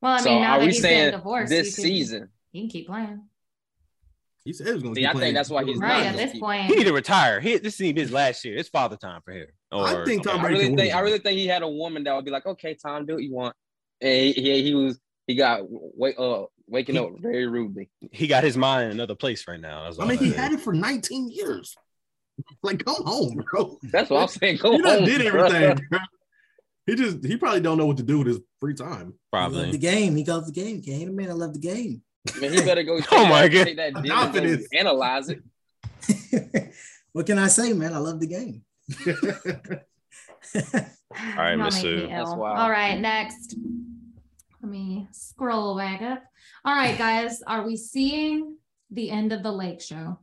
Well, I mean,
so
now
are
that
we
he's
saying
getting divorced,
this
you can,
season?
he can keep playing.
He said he was going
See, I think that's why he's
Right
not
at
gonna
this
keep-
point,
he need to retire. He, this team is last year. It's father time for him.
I
Or-
think Tom
okay.
I
Brady
really
can
think.
win.
I really think he had a woman that would be like, "Okay, Tom, do what you want." And he, he, he was. He got wake uh waking
He-
up very rudely.
he got his mind in another place right now. That's
I
all
mean,
that
he
is.
had it for 19 years. Like, come home, bro.
That's what I'm saying. Go
He
home,
done did
bro.
everything. bro. He just he probably don't know what to do with his free time.
He loved the
probably.
game. He loved the game. Can't hate a man. I love the game.
Man, he better go.
Oh my
take that-
God.
Take that
Enough of
dividend and
this.
analyze it.
what can I say, man? I love the game.
All right,
Y'all
Miss
make
Sue.
me
That's
ill.
wild.
All right, next. Let me scroll back up. All right, guys, are we seeing the end of the Lake Show?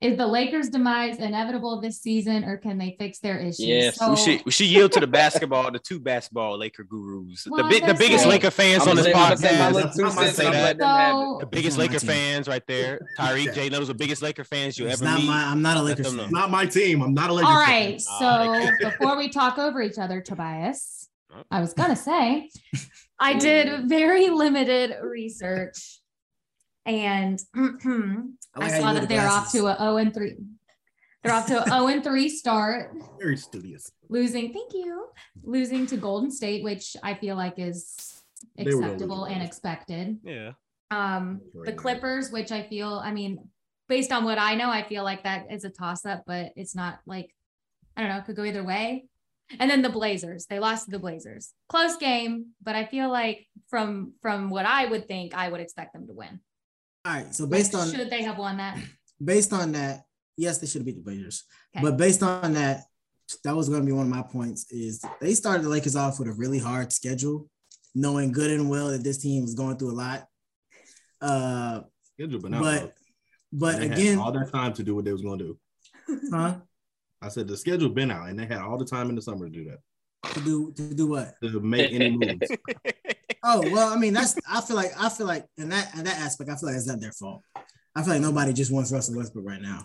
Is the Lakers' demise inevitable this season, or can they fix their issues?
Yes.
So-
We should we should yield to the basketball, the two basketball Laker gurus,
Well,
the
I
big the
gotta
biggest
say-
Laker fans
I'ma
on this
say- I'ma say my
podcast.
little
That's not
two
my
cents and
say
let them have it.
So,
The biggest
It's not my
Laker
team.
fans right there. Tyreek Jay Little's the biggest Laker fans you
It's
ever
not
meet.
my, I'm not a Lakers
them know.
fan.
Not my team. I'm not a Lakers.
All
fan.
right.
Ah,
So before we talk over each other, Tobias,
Huh?
I was going to say I did very limited research and
like
I
how
saw
you wear
that
the
they're off
glasses.
to a 0 and 3. They're off to a 0 and 3 start,
Very studious.
losing, thank you, losing to Golden State, which I feel like is
They were gonna lose
acceptable
to
and
us.
expected.
Yeah.
Um, the
Right.
Clippers, which I feel, I mean, based on what I know, I feel like that is a toss up, but it's not like, I don't know, it could go either way. And then the Blazers, they lost to the Blazers. Close game, but I feel like from from what I would think, I would expect them to win.
All right. So based on
should they have won that?
based on that, yes, they should have beat the Blazers.
Okay.
But based on that, that was going to be one of my points. Is they started the Lakers off with a really hard schedule, knowing good and well that this team was going through a lot. Uh,
Schedule, but not
But-
broke.
but
They had
again,
all that time to do what they was gonna do.
huh?
I said the schedule been out, and they had all the time in the summer to do that.
To do to do what?
To make any moves.
Oh well, I mean that's I feel like I feel like in that in that aspect I feel like it's not their fault. I feel like nobody just wants Russell Westbrook right now,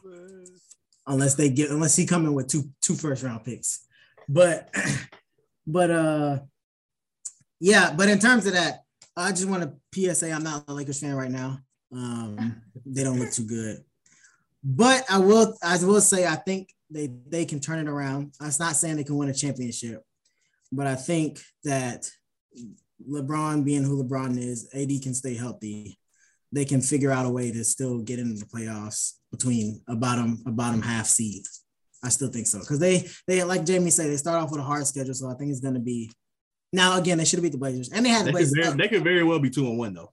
unless they get unless he come in with two two first round picks. But but uh yeah, but in terms of that, I just want to PSA. I'm not a Lakers fan right now. Um, they don't look too good. But I will I will say I think they they can turn it around. I'm not saying they can win a championship, but I think that LeBron being who LeBron is, AD can stay healthy. They can figure out a way to still get into the playoffs between a bottom a bottom half seed. I still think so because they they like Jamie said they start off with a hard schedule, so I think it's going to be. Now again, they should have beat the Blazers, and they had
they,
the
could
Blazers.
very,
up.
they could very well be two and one though.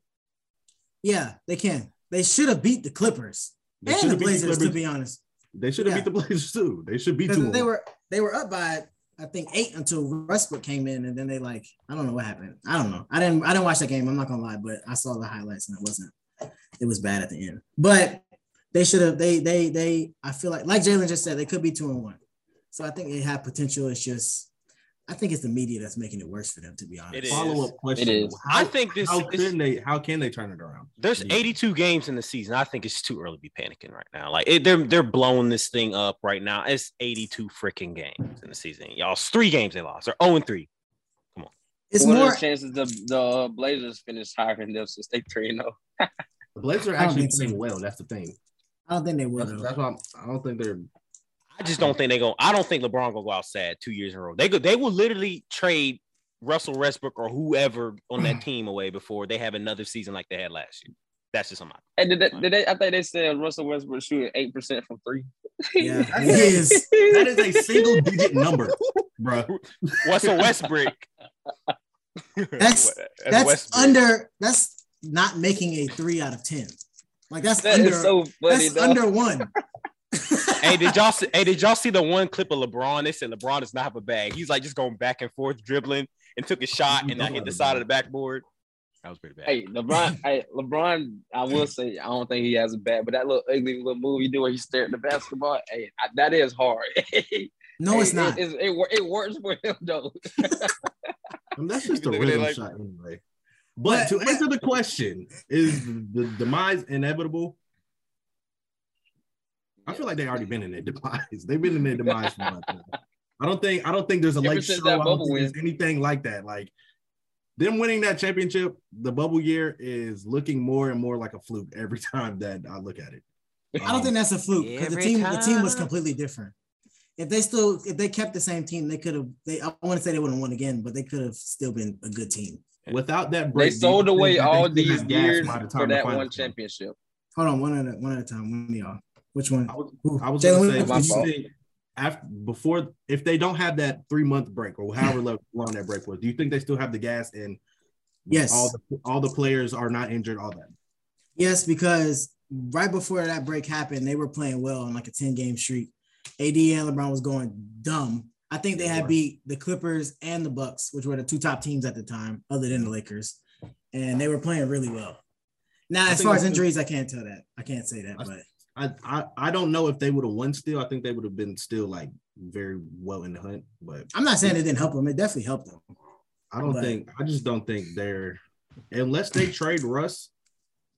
yeah, they can. They should have beat the Clippers.
They
and
should
the
have beat
Blazers, to
Clippers.
be honest,
They should have
yeah.
beat the Blazers too. They should beat two.
because
of
they
them.
were they were up by I think eight until Westbrook came in, and then they like I don't know what happened. I don't know. I didn't I didn't watch that game. I'm not gonna lie, but I saw the highlights and it wasn't it was bad at the end. But they should have they they they I feel like like Jalen just said they could be two and one. So I think they have potential. It's just I think it's the media that's making it worse for them to be honest.
It is.
Follow up question.
It is.
How-
I think this-
How
this-
can they? How can they turn it around?
There's 82 games in the season. I think it's too early to be panicking right now. Like it, they're they're blowing this thing up right now. It's 82 freaking games in the season. Y'all, it's three games they lost. They're 0 and 3.
It's
what are
more
the chances the the uh, Blazers finish higher than them since they three oh? zero?
The Blazers are
I don't
actually
think so.
playing well. That's the thing.
I don't think they will
That's,
though.
that's why I'm, I don't think they're.
I just don't think they go. I don't think LeBron gonna go out sad two years in a row. They go. They will literally trade Russell Westbrook or whoever on that team away before they have another season like they had last year. That's just something.
And did they, did they? I think they said Russell Westbrook shooting eight percent from three.
Yeah, it is.
That is a single digit number, bro.
Russell Westbrook.
That's- That's under that's not making a three out of ten. Like that's
That is
under
so funny.
that's
though.
under one.
hey, did y'all see, hey, did y'all see the one clip of LeBron? They said LeBron does not have a bag. He's like just going back and forth dribbling and took a shot and I hit the side of the backboard. That was pretty bad.
Hey, LeBron. hey, LeBron. I will say I don't think he has a bad, but that little ugly little move he do where he stare at the basketball. Hey, I, that is hard.
No,
Hey,
it's not.
It, it, it, wor- it works for him though.
I mean, that's just a
Look at it
random
like-
shot anyway. But to
But-
answer the question, is the, the demise inevitable? I feel like they already been in their demise. They've been in their demise for months. now. I don't think I don't think there's a
Ever
late
since
show.
that
I don't
bubble
think there's anything like that. Like them winning that championship, the bubble year is looking more and more like a fluke every time that I look at it.
I don't
Um,
think that's a fluke because the
Every
team the team was
time.
completely different. If they still if they kept the same team, they could have. They I want to say they would have won again, but they could have still been a good team.
without that
They
break. do you
sold
think
away
that they
all
could have
these
gasped
years
by the time
for
the
that
finals
one
came?
championship.
Hold on, one at a one at a time. One of y'all. Which one?
I was,
Who?
I was
Jalen,
gonna
which
say,
my
one
do
you
fault.
you think after before if they don't have that three month break or however lo- long that break was, do you think they still have the gas and
Yes.
all the all the players are not injured, all that?
Yes, because right before that break happened, they were playing well on like a 10 game streak. AD and LeBron was going dumb. I think they had beat the Clippers and the Bucks, which were the two top teams at the time, other than the Lakers. And they were playing really well. Now,
I
as
think
far as
that's good.
injuries, I can't tell that. I can't say that,
That's-
but
I I, I don't know if they would have won still. I think they would have been still like very well in the hunt, but
I'm not saying it didn't help them. It definitely helped them.
I don't
But-
think I just don't think they're unless they trade Russ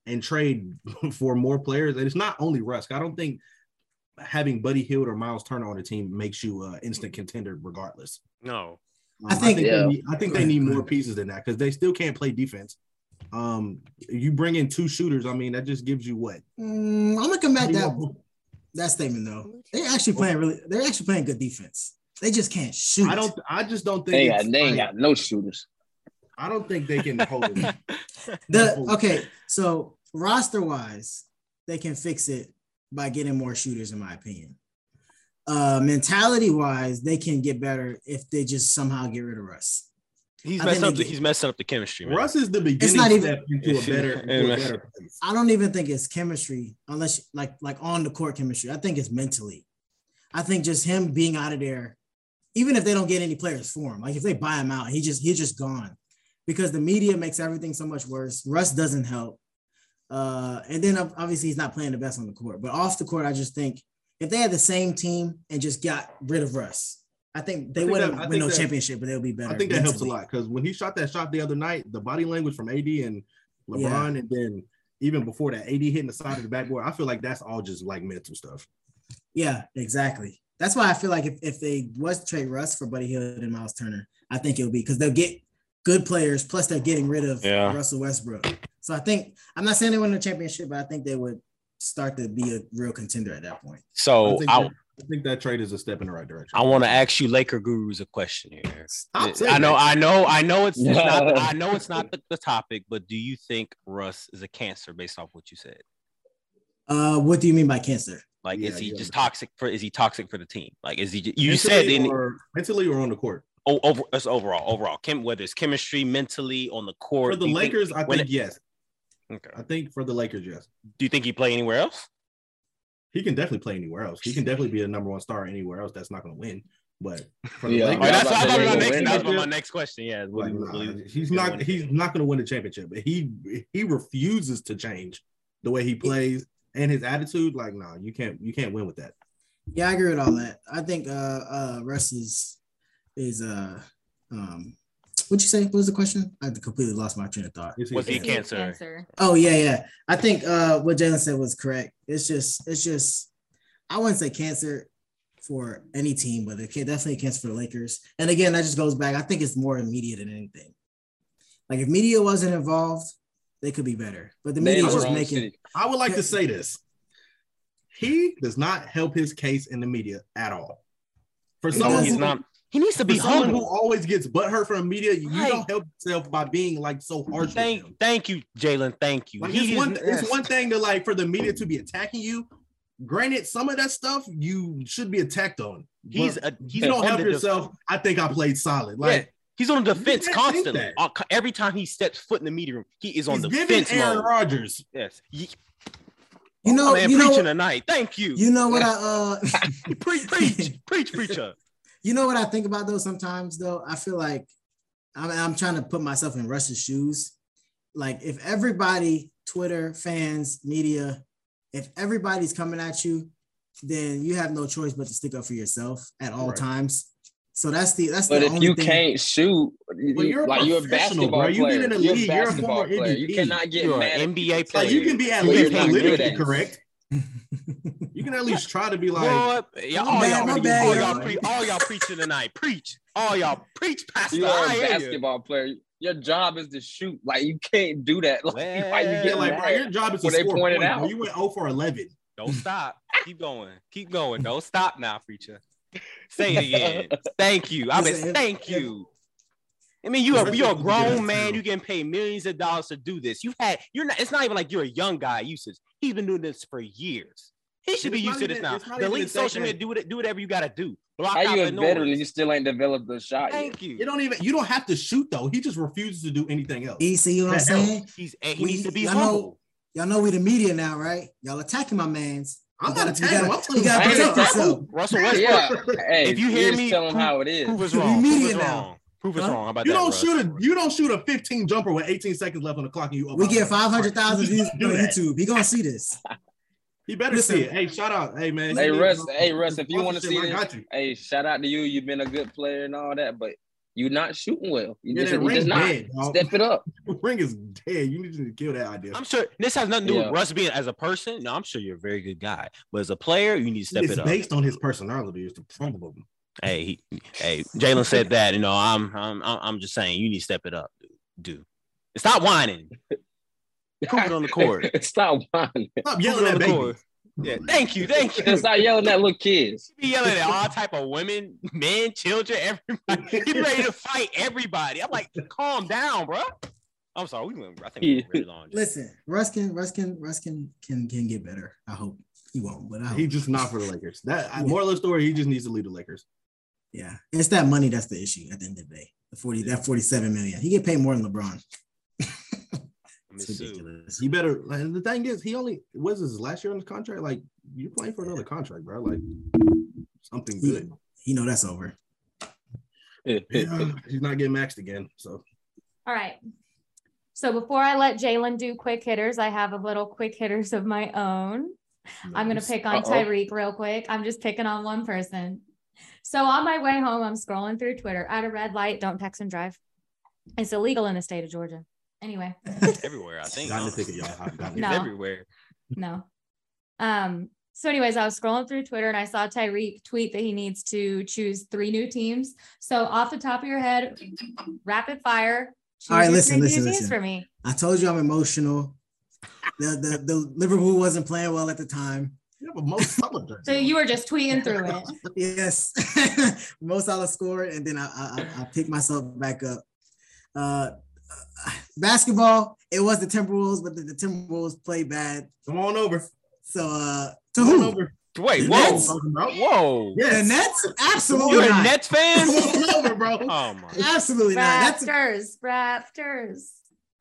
and trade for more players. And it's not only Russ. I don't think having Buddy Hield or Miles Turner on the team makes you an instant contender, regardless.
No.
I
Um,
think-
Yeah.
they need, I think they need more pieces than that because they still can't play defense. Um, you bring in two shooters. I mean, that just gives you what?
Mm, I'm gonna combat that
I
that statement though. They're actually playing really. They're actually playing good defense. They just can't shoot.
don't. I just don't think.
They ain't
it's-
got, they ain't got no shooters.
I don't think they can hold it.
The
Oh.
okay, so roster wise, they can fix it by getting more shooters, in my opinion. Uh, mentality wise, they can get better if they just somehow get rid of Russ.
He's
I
messing
think
up.
they
The,
get-
he's messing up the chemistry, man.
Russ is the beginning
not even-
step into a better, into a better place.
I don't even think it's chemistry, unless like like on the court chemistry. I think it's mentally. I think just him being out of there, even if they don't get any players for him, like if they buy him out, he just he's just gone, because the media makes everything so much worse. Russ doesn't help, uh, and then ob- obviously he's not playing the best on the court. But off the court, I just think if they had the same team and just got rid of Russ, I think they
think
wouldn't
that- I
win
think
no
that-
championship, but they'll be better.
I think that helps a
mentally.
lot because when he shot that shot the other night, the body language from AD and LeBron, and then even before that, AD hitting the side of the backboard, I feel like that's all just like mental stuff.
Yeah, exactly. That's why I feel like if, if they was to trade Russ for Buddy Hill and Miles Turner, I think it'll be because they'll get good players, plus they're getting rid of
Yeah.
Russell Westbrook. So I think I'm not saying they win the championship, but I think they would start to be a real contender at that point.
So
I, think
Oh, I,
that, I think that trade is a step in the right direction.
I want to ask you, Laker gurus, a question here.
Stop saying
I know,
that.
I know, I know. It's, it's not.
No.
I know it's not the, the topic, but do you think Russ is a cancer based off what you said?
Uh, what do you mean by cancer?
Like,
Yeah,
is he
yeah.
just toxic for? Is he toxic for the team? Like, is he? ju- You
Mentally
said in
or, mentally or on the court
oh, over it's overall, overall, chem, whether it's chemistry, mentally, on the court.
for the
do you think-
Lakers. I
when
think yes.
okay.
I think for the Lakers, yes.
Do you think he play anywhere else?
He can definitely play anywhere else. He can definitely be a number one star anywhere else. That's not going to win. But for the
Yeah.
All
Lakers,
right,
Yeah,
that's
I
what I
thought
thought
they
about
were
my next.
gonna
That was
win,
my next question. Yeah, what
like,
do you
nah,
believe
he's
gonna
not
win?
he's not going to win a championship. But he he refuses to change the way he plays and his attitude. Like, nah, you can't you can't win with that.
Yeah, I agree with all that. I think uh uh Russ is is uh um what you say? What was the question? I completely lost my train of thought.
It's-
Was he
it's-
a cancer?
Oh yeah, yeah. I think uh what Jalen said was correct. It's just it's just I wouldn't say cancer for any team, but it can definitely cancer for the Lakers. And again, that just goes back. I think it's more immediate than anything. Like if media wasn't involved, they could be better. But the
They in
media
the
is just
wrong
making
city.
I would like to say this. He does not help his case in the media at all. For
He
someone,
doesn't.
who,
he's not. He needs to
for
be
someone who
humble.
always gets butthurt from the media, you
Right.
don't help yourself by being like so harsh. with him.
Thank, thank you, Jalen. Thank you.
Like
He
it's
is-
one,
yes.
it's one thing to like for the media to be attacking you. Granted, some of that stuff you should be attacked on. but
He's a- he's
you don't
on
help
the def-
yourself. I think I played solid. Like
he's on the
You
defense
can't think
constantly.
that.
Uh, co- Every time he steps foot in the media room, he is on
he's
the
giving
fence
Aaron
mode.
Rodgers.
Yes. Ye-
you know,
my man
you know,
preaching tonight. Thank you.
you know what I uh
preach, preach, preach, preacher.
You know what I think about though sometimes though? I feel like I'm, I'm trying to put myself in Russ's shoes. Like if everybody, Twitter, fans, media, if everybody's coming at you, then you have no choice but to stick up for yourself at all
Right.
times. So that's the that's
But
the
if
only
you
thing.
can't shoot,
Well, you're a
like you're a
professional,
basketball
bro. You've
player.
been in the
you're
league.
a
You're a
basketball
former
player. You
MVP.
cannot get
You're an
mad at
NBA
people
player.
Like
saying
you can be at
Well, you're
least
not good
politically
at it.
correct. You can at least try to be like.
Boy, y'all, all
bad,
y'all,
my
pre-
bad,
all
y'all.
y'all, pre- all y'all preaching tonight. Preach, all y'all preach, pastor.
you are
I
a
hear you.
basketball player. Your job is to shoot. Like you can't do that. Like why you
Well,
get
Yeah, like bro,
mad?
your job is to
Well, they
score
pointed
points, bro.
out.
You went 0 for 11.
Don't stop. Keep going. Keep going. Don't stop now, preacher. Say it again. Thank you. I
Listen,
mean,
if-
thank you. I mean, you are
Listen,
you're a
if you get us
grown man.
through.
You getting paid millions of dollars to do this. You had you're not. It's not even like you're a young guy. Usage. He's been doing this for years. He should
And
be
it's
used
not
to this
even-
now.
it's not
The
even
league
a thing
social media.
that-
Do it. Do whatever you gotta do. Block
How
out
you
the
a veteran and
noise.
you still ain't developed the shot yet?
Thank you.
You don't even you don't have to shoot though. He just refuses to do anything else.
you E, see what I'm
That helps.
saying?
He's and he
We-
needs to be
y'all
humble.
know, y'all know we the media now, right? Y'all attacking my man's.
I'm
You
not
gotta- you
attacking. him.
gotta-
I'm telling
you gotta
him,
protect
"Hey,
yourself."
bro,
Russell Westbrook.
Yeah. Hey,
If you
you're
hear
just
me,
telling how it is.
Prove us
You
wrong. Prove us
media now.
wrong. Prove us
Huh?
wrong about
You
that.
don't
Russ.
shoot a you don't shoot a 15 jumper with 18 seconds left on the clock and you up
We
by one.
get 500,000
You
views on
do that.
YouTube. He gonna see this.
He better
Listen.
see it. Hey, shout out. Hey man.
Hey,
Hey,
Russ. Hey, Russ. If you want to
sponsorship,
see this,
I got you.
hey, shout out to you. You've been a good player and all that, but you're not shooting well. You
Yeah,
just,
that
you
ring's
just not.
dead, dog.
Step it up.
Ring is dead. You need to kill that idea.
I'm sure this has nothing to do
Yeah.
with Russ being as a person. No, I'm sure you're a very good guy, but as a player, you need to step
it's
it up.
based on his personality. It's the problem.
Hey, he, hey, Jalen said that. You know, I'm, I'm, I'm I'm just saying, you need to step it up, dude. Stop whining. Prove it on the court.
Stop whining.
Prove
Stop yelling
it on
at
the
baby.
court. Yeah, thank you, thank you.
Stop yelling at little kids.
be yelling at all type of women, men, children, everybody. He ready to fight everybody. I'm like, calm down, bro. I'm sorry, we went. I think we went really long.
Listen, Ruskin, Ruskin, Ruskin can can get better. I hope he won't, but I hope.
He just not for the Lakers. That I, moral of the story, he just needs to leave the Lakers.
yeah, it's that money that's the issue at the end of the day. The forty, that forty-seven million, he get paid more than LeBron. It's
Miss Sue.
ridiculous.
You better. And the thing is, he only was his last year on the contract. Like you're playing for another contract, bro. Like something good.
You know that's over.
Yeah, he's not getting maxed again. So
All right. So before I let Jalen do quick hitters, I have a little quick hitters of my own. I'm gonna pick on
Uh-oh.
Tyreek real quick. I'm just picking on one person. So on my way home, I'm scrolling through Twitter at a red light. Don't text and drive. It's illegal in the state of Georgia. Anyway,
everywhere. I think.
Gotta
honestly.
pick it, y'all. I- I-
It's
No.
everywhere.
no. Um. So, anyways, I was scrolling through Twitter and I saw Tyreek tweet that he needs to choose three new teams. So, off the top of your head, rapid fire. choose
All right,
your
listen,
three new
listen,
teams
listen.
For me,
I told you I'm emotional. The the, the Liverpool wasn't playing well at the time.
You have a most solid jersey.
so you were just tweeting through it.
Yes, Mo Salah scored, and then I I, I- I picked myself back up. Uh, basketball, it was the Timberwolves, but the, the Timberwolves played bad.
Come on over.
So uh, to
Come on
who?
over.
Wait,
The
whoa,
Nets?
whoa!
The
Yes.
Nets? Absolutely
You're a
not.
Nets fan?
Come on over, bro.
oh my!
Absolutely not. That's
Raptors, Raptors.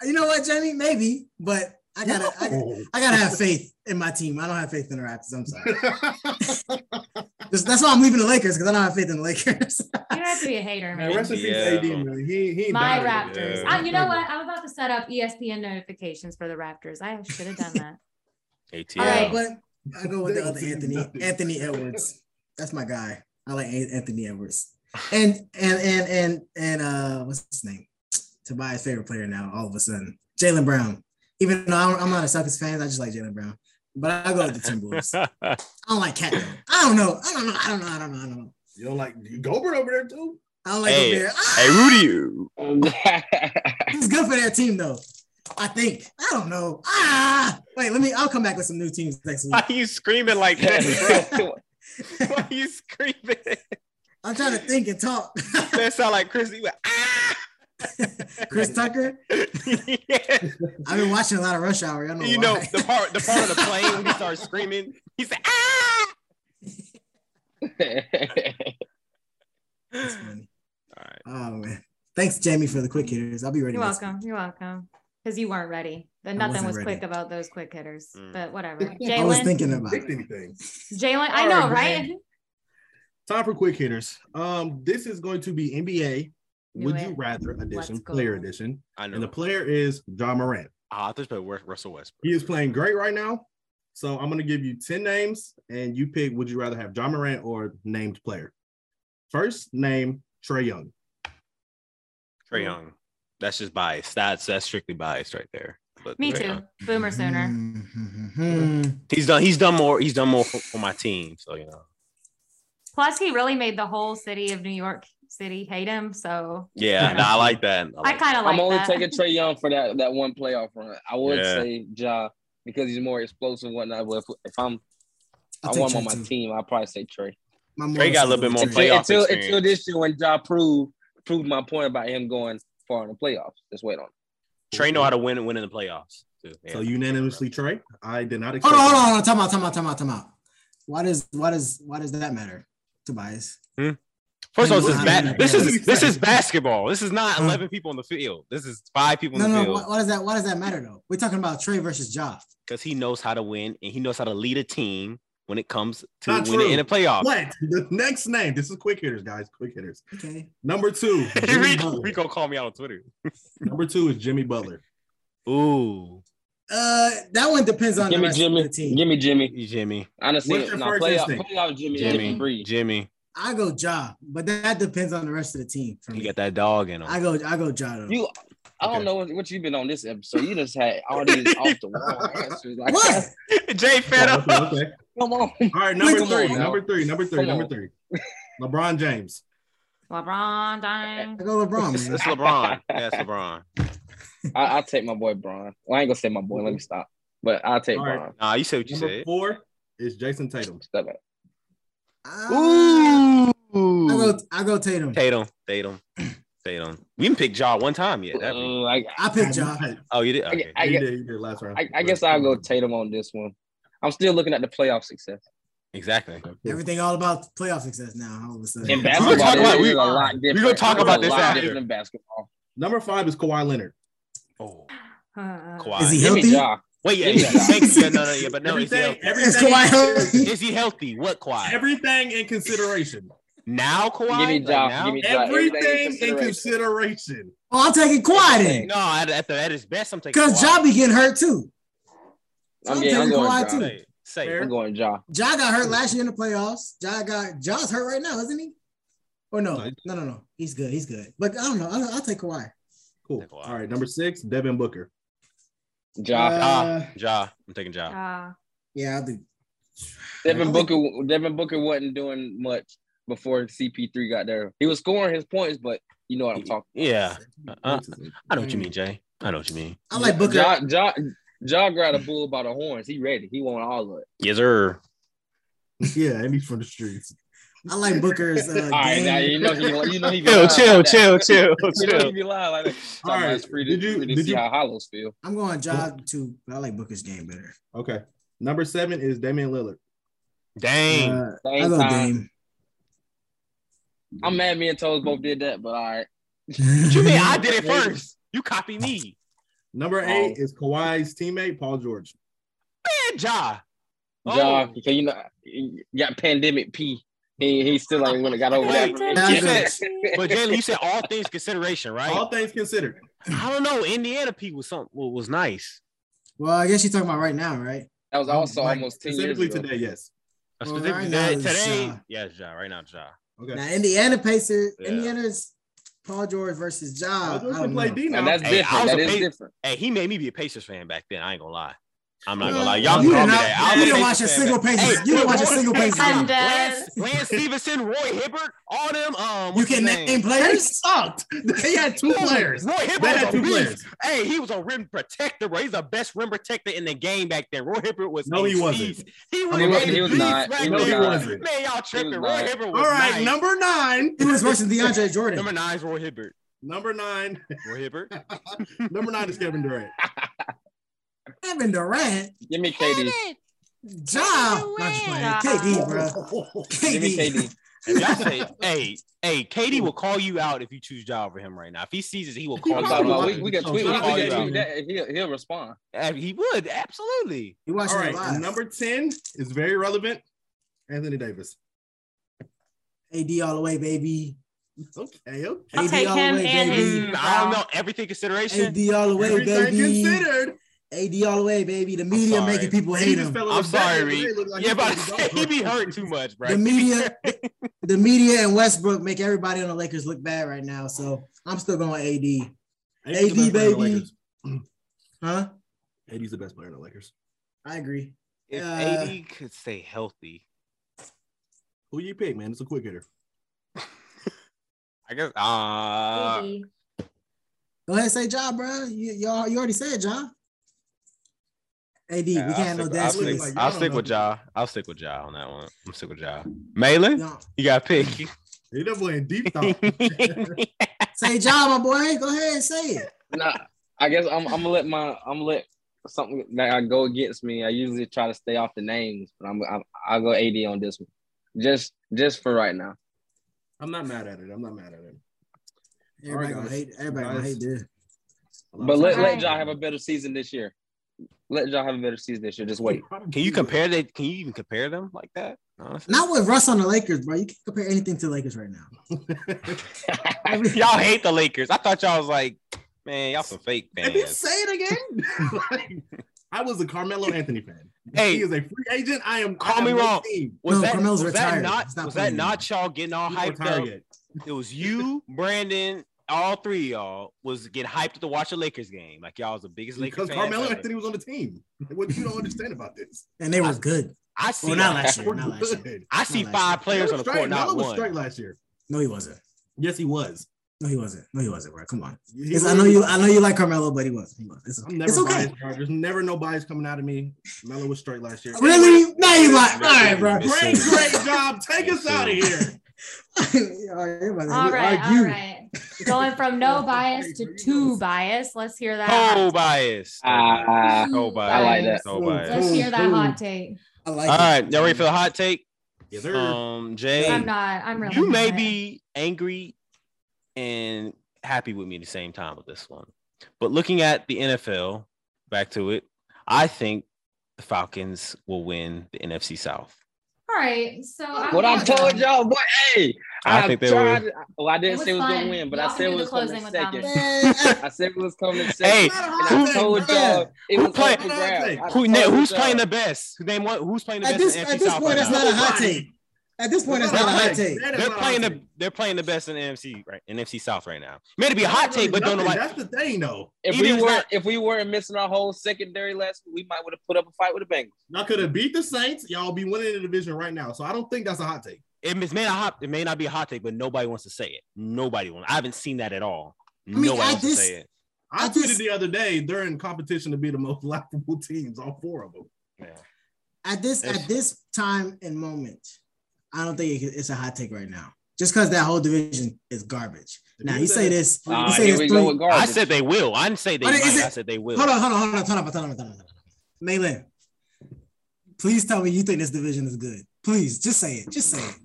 you know what, Jamie? Maybe, but I gotta, I, gotta- I gotta have faith in my team. I don't have faith in the Raptors. I'm sorry.
Oh.
That's that's why I'm leaving the Lakers because I don't have faith in the Lakers.
You have to be a hater,
Man,
man.
rest in peace,
Yeah.
AD, man. He, he ain't
My
dying.
Raptors.
Yeah.
I, you know what? I'm about to set up E ESPN notifications for the Raptors. I should have done that.
ATL.
All right.
but I go with
They
the
don't
other
do
Anthony,
nothing.
Anthony Edwards. That's my guy. I like An- Anthony Edwards. And and and and and uh, what's his name? Tobias' favorite player now. All of a sudden, Jalen Brown. Even though I'm I'm not a Celtics fan, I just like Jalen Brown. But I go with the Timberwolves. I don't like Cat. though. I don't know. I don't know. I don't know. I don't know. I don't know.
You don't like Gobert over there too?
I don't like
Hey,
him there.
Hey, Rudy.
Um,
He's good for their team though. I think. I don't know. Ah, wait. Let me. I'll come back with some new teams next week.
Why are you screaming like that, bro? Why are you screaming?
I'm trying to think and talk.
That sound like Chris. You went, ah!
Chris Tucker.
Yeah.
I've been watching a lot of Rush Hour. I know.
You know
why.
the part, the part of the plane when he starts screaming. He said, ah!
It's funny.
All right.
oh man. Thanks, Jamie, for the quick hitters. I'll be ready.
You're
next
welcome. You're welcome. Because you weren't ready. The,
I
nothing
wasn't
was
ready.
quick about those quick hitters.
Mm.
But whatever.
week. I was
Jalen.
thinking Oh, about
Picked
it.
anything.
Jalen. I
All
know,
right,
right?
Time for quick hitters. Um, this is going to be NBA
Knew
Would
it.
You Rather edition,
Let's go.
player edition,
I know.
and the player is John Morant.
Ah, I thought you were Russell Westbrook.
He is playing great right now. So I'm gonna give you 10 names and you pick would you rather have John Morant or named player? First name Trey Young.
Trey Young. That's just biased. That's that's strictly biased right there. But
Me
Trae
too.
Young.
Boomer sooner.
Mm. Mm-hmm.
He's done. He's done more. He's done more for, for my team. So you know.
Plus, he really made the whole city of New York City hate him. So
Yeah, nah, I like that.
I kind of like
Oh, I'm only
that.
taking Trey Young for that, that one playoff run. I would
Yeah.
say Ja because he's more explosive and whatnot. But if, if I'm
I'll
I
take
want him on
Trey,
my
too.
team, I'd probably say Trey.
My mom
Trey got a
said
little bit
go
more
Trey.
play-
Until,
playoff
until,
experience.
until this year when Ja proved proved my point about him going far in the playoffs. Just wait on. it.
Trey know how to win and win in the playoffs. Too. Yeah.
So unanimously Trey. I did not expect
Hold on, hold on, hold on. Time out, time out, time out, time out. Why does why does why does that matter, Tobias?
First of all, this
Nah,
is
nah, nah,
ba- this
nah.
is this is basketball. This is not
Huh?
eleven people on the field. This is five people
No,
on the
no. Why,
field
why does that why does that matter though? We're talking about Trey versus Ja.
because he knows how to win and he knows how to lead a team when it comes to
Not
winning
true.
in the playoffs.
What? The next name. This is quick hitters, guys. Quick hitters.
Okay.
Number two. Jimmy
Rico,
Butler.
Rico called me out on Twitter.
Number two is Jimmy Butler.
Ooh,
Uh, that one depends on
Give
the
me
rest
Jimmy.
of the team.
Give me Jimmy.
Jimmy,
Honestly,
What's your
no,
first
playoff,
instinct?
playoff Jimmy,
Jimmy.
Jimmy. Breed.
Jimmy,
I go Ja, but that depends on the rest of the team. For
he
me.
got that dog in him.
I go I go Ja though.
You, I don't
Okay.
know what, what you've been on this episode. You just had all these off the wall answers. Like,
what?
Jay
Oh,
Fetto.
okay, okay.
Come on.
All right, number
Come
three.
on,
Number three. Number three.
Come
Number
on.
three. LeBron James.
LeBron dying.
I go
It's,
LeBron, man.
it's LeBron. That's LeBron.
I, I'll take my boy Bron. Well, I ain't gonna say my
Mm-hmm.
boy. Let me stop. But I'll take
All
Bron.
right.
Nah, you said what you
Number
said.
four is Jason Tatum.
Step back.
Ah, I
Ooh,
go I go Tatum.
Tatum, Tatum, Tatum. We didn't pick Ja one time yet. That'd be-
Uh, I,
I picked Ja.
Oh, you did. Okay.
I-
He did, he did last round.
I, I guess I'll go Tatum on this one. I'm still looking at the playoff success.
Exactly.
Everything all about playoff success now. All of a sudden.
In
We're gonna
basketball,
talk about-
it
we-
is a lot different.
gonna talk
It's
about
a
this
lot
after.
different in basketball.
Number five is Kawhi Leonard.
Oh,
Uh,
Kawhi.
Is he
Give me
healthy?
Ja.
Wait, yeah,
Give me
yeah,
Ja.
thanks. yeah, no, no, yeah, but no, is he
everything,
healthy?
everything,
Is Kawhi healthy?
Is he healthy? What Kawhi?
everything in consideration.
now Kawhi?
Give me
Like
Ja.
now?
Give me Ja.
Everything in
consideration.
consideration.
Oh, I'm taking Kawhi then.
no, at, at, the, at his best, I'm taking
Because
Kawhi.
Ja be getting hurt too.
I'm,
I'm
getting, I'm
taking
going
Kawhi
Ja.
too.
Say, say.
Fair.
I'm going Ja.
Ja got hurt last year in the playoffs. Ja got Ja's hurt right now, isn't he? Or no?
No.
No, no, no. He's good. He's good. But I don't know. I'll, I'll take Kawhi.
Cool.
Kawhi.
All right, number six, Devin Booker.
Ja.
Uh,
Ja, I'm taking Ja.
uh,
yeah, I'll do.
Devin
I
Booker. Devin Booker wasn't doing much before CP3 got there. He was scoring his points, but you know what I'm talking.
Yeah, uh, I know what you
Mm.
mean, Jay. I know what you mean.
I like Booker.
Ja, ja, ja grabbed a bull by the horns. He ready. He want all of it.
Yes, sir.
yeah, and he's from the streets.
I like Booker's uh,
All right,
game.
now you know he. You know he. be
Chill,
lying
chill,
like that.
chill, chill,
You know he
chill.
be lying like that. Talking
All
about
right,
it's free to,
did you-
free to
did
see
you-
how hollows feel.
I'm going Ja too, but I like Booker's game better.
Okay. Number seven is Damian Lillard.
Dang.
Uh, I
Same
go
time.
Dame.
I'm mad. Me and Toes both did that, but all right.
Uh,
What you mean I did it first? You copy me.
Number eight is Kawhi's teammate, Paul George.
Man, Ja. Oh.
Ja, because you know, you got pandemic P. He, he still ain't when it got over
Wait,
that.
you said- But Jalen, you said all things consideration, right?
All things considered.
I don't know. Indiana P was something well, was nice.
Well, I guess you're talking about right now, right?
That was also
Like,
almost 10 years
Specifically
ago.
today, yes.
Uh,
Well,
specifically
right now
today-
it's
today,
Ja.
yeah, it's Ja. Right now, it's Ja.
Okay.
Now Indiana Pacers,
Yeah.
Indiana's Paul George versus Ja.
Paul George
I
can
don't
play
know.
D now.
And that's
Hey, I
different.
was
That
a
is
big-
different.
Hey, he made me be a Pacers fan back then. I ain't gonna lie. I'm not gonna
Well,
lie. Y'all
Uh, you
can call
did
me
not-
that. I was
you didn't watch
Pacers
a
fan
single
back-
Pacers- you didn't
Roy-
watch a single
hey,
Pacers
game.
Lance, Lance Stevenson, Roy Hibbert, all them. Um,
You
what's
can
his name?
name
They
players.
sucked. They had two players.
Roy Hibbert
They
was
had
a
two
beast.
players.
Hey, he was a rim protector, bro. He's the best rim protector in the game back then. Roy Hibbert was
No,
a
he wasn't.
beast. He was,
I mean,
a
look, he was
beast
not.
back
He
No,
was
he
then.
not.
wasn't.
Man, y'all tripping. Roy
not.
Hibbert
All
was
right,
nice.
number nine.
He was versus DeAndre Jordan.
Number nine's Roy Hibbert.
Number nine.
Roy Hibbert.
number nine is Kevin Durant.
Kevin Durant,
Give me KD.
Ja. Not just playing. KD, bro.
Give me
KD.
KD.
If y'all say, hey, hey, Katie will call you out if you choose Ja over him right now. If he sees it, he will call
I'm
you
talking about
out.
we, we can tweet. We
Shout out to
can
Jalen.
tweet that. He'll, he'll respond.
Uh, He would absolutely.
You watching
All right,
it live.
and number 10 is very relevant. Anthony Davis.
AD all the way, baby.
Okay, okay.
AD
I'll take
all the
him
way,
and
baby.
his-
I don't know everything consideration.
AD all the way,
Everything
baby.
considered.
AD all the way, baby. The media
sorry.
making people
He
hate
just
him.
fell on
I'm
his
sorry,
back the other
Reed.
day, looked like
yeah,
he
but
was
he
gone.
be hurt too much, bro.
The media, the media and Westbrook make everybody on the Lakers look bad right now. So I'm still going AD,
AD's the best player in the
baby.
Lakers.
huh?
AD's the best player in the Lakers.
I agree.
If
Uh,
AD could stay healthy,
Who you pick, man? It's a quick hitter.
I guess. Uh,
AD.
Go ahead, and say Ja, bro. You y'all, you already said Ja. AD, we
I'll
can't have no
stick-
dance
I'll
for
stick,
this.
like, y'all
I'll
don't
stick
know
with
people.
Ja. I'll stick with Ja on that one. I'm stick with Ja. Malin,
Y'all-
you got pick.
He done playing deep thought.
Say Ja, my boy. Go ahead and say it.
Nah, I guess I'm, I'm gonna let my I'm gonna let something that I go against me. I usually try to stay off the names, but I'm, I'm I'll go AD on this one, just just for right now.
I'm not mad at it. I'm not mad at it.
Everybody
All right,
gonna
guys.
hate. Everybody gonna
Guys.
hate this.
But let let
Alright.
y'all have a better season this year. Let y'all have a better season this year. Just wait.
Can you compare that? Can you even compare them like that? Honestly,
Not with Russ on the Lakers, bro. You can't compare anything to Lakers right now.
y'all hate the Lakers. I thought y'all was like, man, y'all some fake
If you
fans.
say it again, Like, I was a Carmelo Anthony fan.
Hey.
he is a free agent. I am.
Call
I have
me
no
wrong.
team.
Was
No,
that
Carmelo's
was that
retired.
not
He's not
was that
playing
not y'all getting all
He's
hyped
retired
up?
yet.
It was you, Brandon, all three of y'all was getting hyped to watch a Lakers game. Like y'all was the biggest Lakers
because
fan.
Carmelo Anthony was on the team. What you don't understand about this?
And they were good.
I see
Well, not last year. Not last year.
Good.
I see
Not last year.
five players on the
Melo
court,
straight- Melo
not
was straight
one.
last year.
No, he wasn't.
Yes, he was.
No, he wasn't. No, he wasn't, bro. Come on.
He
It's- I
really
know you.
was.
I know you like Carmelo, but he wasn't. He wasn't. It's
I'm
okay.
never
It's okay.
biased, bro. There's never no bias coming out of me. Melo was straight last year.
Really? Now you like. All right, bro.
Miss
Great,
Sue.
great job. Take us out of here.
all
All right, all right. Going from no bias to two bias. Let's hear that.
No
hot-
bias.
Ah,
no
Two
bias.
I like that.
No
Let's
bias.
hear that hot take.
I like
All right, y'all ready for the hot take?
Yes, sir.
Um, Jay,
I'm not. I'm really.
you may
not.
be angry and happy with me at the same time with this one. But looking at the NFL, back to it, I think the Falcons will win the NFC South.
All right. So I'm
What I
gonna
told
go.
y'all, boy. Hey,
I
I,
think they
tried. Well, I
It
didn't
was
say it was
fun.
gonna win, but
Y'all
I
can
said
do
it
the
was coming
closing without
second.
me.
I said it was coming second.
Hey,
and I told y'all it
Who
was
play-
up for grabs. I
Who,
told
na- who's
y'all.
playing the best? Who Name what? Who's playing the
At
best
this
in
at
NFC
this
South?
point, that's
right now?
not a hot take. At this point, that's not a hot take.
They're playing the they're playing the best in the NFC right in NFC South right now. May it be a hot take, but don't know like
That's the thing, though.
If
Even
we
if
weren't,
not-
if we weren't missing our whole secondary last week, we might would have put up a fight with the Bengals.
Y'all could have beat the Saints. Y'all be winning the division right now. So I don't think that's a hot take.
it may- may not hot, it may not be a hot take, but nobody wants to say it. Nobody wants. I haven't seen that at all.
mean,
nobody
I
wants
just-
to say it.
I,
I
tweeted
just-
the other day they're in competition to be the most laughable teams, all four of them.
At this
That's-
at this time and moment, I don't think it- it's a hot take right now. Just because that whole division is garbage.
If
Now
you
you
said
say
it-
this. You
Nah,
say
here
this
we go with
three.
garbage.
I said they will. I didn't say they
But
might.
is
I
it-
said they will.
Hold on, hold on, hold on, hold on, hold on, hold on, hold on. Maylin, please tell me you think this division is good. Please, just say it. Just say it.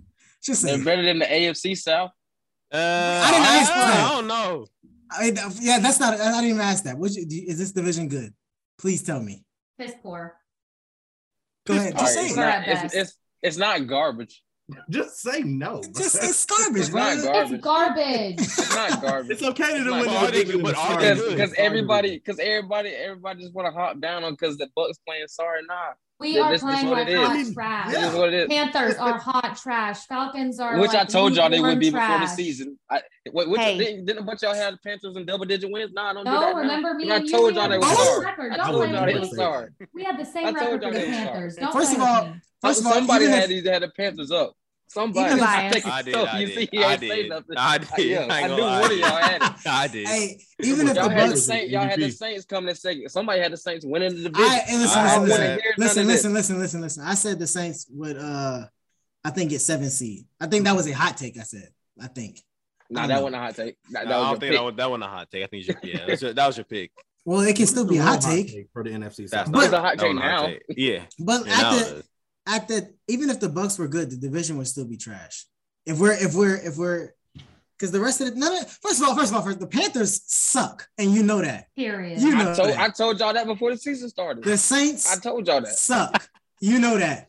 Just say
They're
it.
better than the AFC South.
Uh,
didn't ask
I,
that.
I don't know.
I, yeah, that's not. I didn't even ask that. What you, do you- is this division good? Please tell me.
Piss poor.
Go ahead. Just
All right,
say
it's,
We're
it.
at
not, it's,
best.
it's it's not garbage.
Just say no. bro.
Just it's garbage,
It's not garbage.
bro.
It's garbage.
It's not garbage.
It's okay to
It's not
win the
garbage.
division,
But
it's
are they
garbage.
good?
Because everybody, because everybody, everybody just want to hop down on because the Bucks playing sorry, nah.
We
This-
are
this is
playing
what
like
it is.
hot
I mean,
trash.
This is what it is.
Panthers are hot trash. Falcons are
Which I
like
told y'all they would
lukewarm
be before the
trash.
season. I, wh- which
Hey.
didn't, didn't a bunch of y'all have the Panthers and double digit wins? Nah, I don't do
No,
that. now.
remember me
And I
and you.
told
we
y'all
had
they
the
were
same
sorry.
record.
I
Don't
told
play
y'all
with
they
me.
were sorry.
We had the
I
same
told
record for
y'all
the
they were
Panthers. Don't
First
play
of all,
with me.
first of all,
somebody
even
had
if-
these had the Panthers up. Somebody.
Even if-
I think
I
it's
did.
tough.
I
You see,
did.
he
I
ain't say
did.
nothing.
I did.
yeah,
ain't
I
gonna
knew
lie.
one of y'all had it.
I did.
Hey, even if the
Y'all had the
Bucks,
Saints. Y'all had the
MVP.
Saints coming in second. Somebody had the Saints winning the division.
I and listen,
E I
listen,
don't
listen,
wanna
hear none
listen,
of
listen, listen, listen, listen. I said the Saints would, uh, I think get seven seed. I think that was a hot take. I said, I think.
nah, that wasn't a hot take. Nah,
No,
that was
I don't
a
think
pick.
that was, that was a hot take. I think you yeah, that was your, that was your pick.
Well, it can still be a hot
Real
take,
for the NFC.
That's
South.
But-
It's a hot
that
take
was a hot
now.
take. Yeah,
but
yeah,
at
now it
the
is.
at the even if the Bucks were good, the division would still be trash. If we're if we're if we're because the rest of the none of, first of all, first of all, first, the Panthers suck, and you know that.
Period.
You know
I told,
that.
I told y'all that before the season started.
The
I
Saints
told y'all that.
suck. You know that.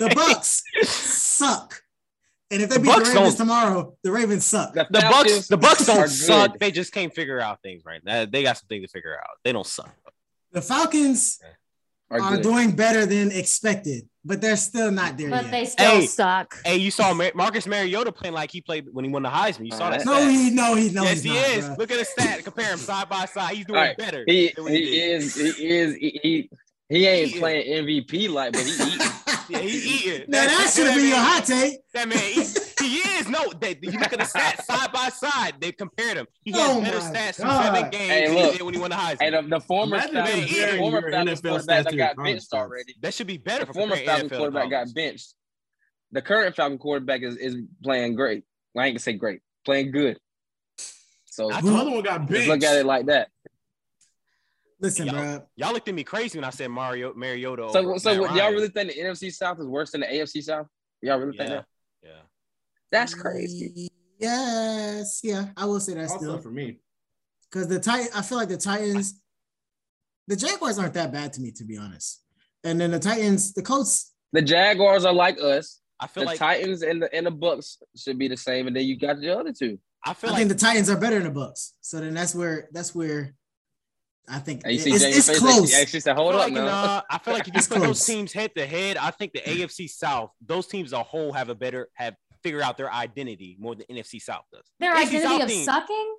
The Bucks suck. And if they
The
beat the
Bucks
Ravens
don't-
tomorrow, the Ravens suck.
The Bucks,
Falcons
the Bucks
are
don't
good.
suck. They just can't figure out things right now. They got some things to figure out. They don't suck.
The Falcons
Are
are
good.
doing better than expected, but they're still not there
But
yet.
they still
Hey.
suck.
Hey, you saw Mar- Marcus Mariota playing like he played when he won the Heisman. You saw that?
Alright.
no,
stat?
he no, he no,
yes,
he's
he
not,
is.
bruh.
Look at his stat. Compare him side by side. He's doing
Alright.
better.
He,
than what he
he
did.
is he is he he, he ain't
He is.
playing MVP like, but he eating.
Yeah, he's eating.
Now that should have been your hot take.
That man, he, he is. No, they, you look at the stats side by side. They compared him. He has
Oh
better
my
stats from
God.
seven games
Hey,
than
look.
he did when he won the Heisman.
And uh, the, the former
Imagine
Falcons-
if they
the
eating
former
your
Falcons
NFL
quarterback
stats to
that
your
got
college
benched
stats.
already.
that should be better
The
for
former Falcon quarterback got benched. The current Falcon quarterback is, is playing great. Well, I ain't gonna say great, playing good. So
I
just
The other one got benched.
look at it like that.
Listen,
Yo.
bro.
Y'all looked at me crazy when I said Mario Mariota.
So,
over
so
Oh, Matt
what, y'all
Ryan.
really think the NFC South is worse than the AFC South? Y'all really think
Yeah.
that? That's
Mm.
crazy.
Yes, yeah, I will say that
also
still.
for me.
Because the Titan, I feel like the Titans, the Jaguars aren't that bad to me, to be honest. And then the Titans, the Colts,
The Jaguars are like us.
I
The
feel like
Titans and the and the Bucks should be the same, and then you got the other two.
I
I
feel like
think the Titans are better than the Bucks. So then that's where that's where I think
And you see
it's,
Jamie
it's
face
close.
Actually, actually said,
I
"Hold
feel
up,
like,
now."
uh, I feel like if you
It's
put those
close.
teams head to head, I think the AFC South, those teams as a whole have a better have figure out their identity more than NFC South does.
Their
This is
identity
our
of
team.
sucking?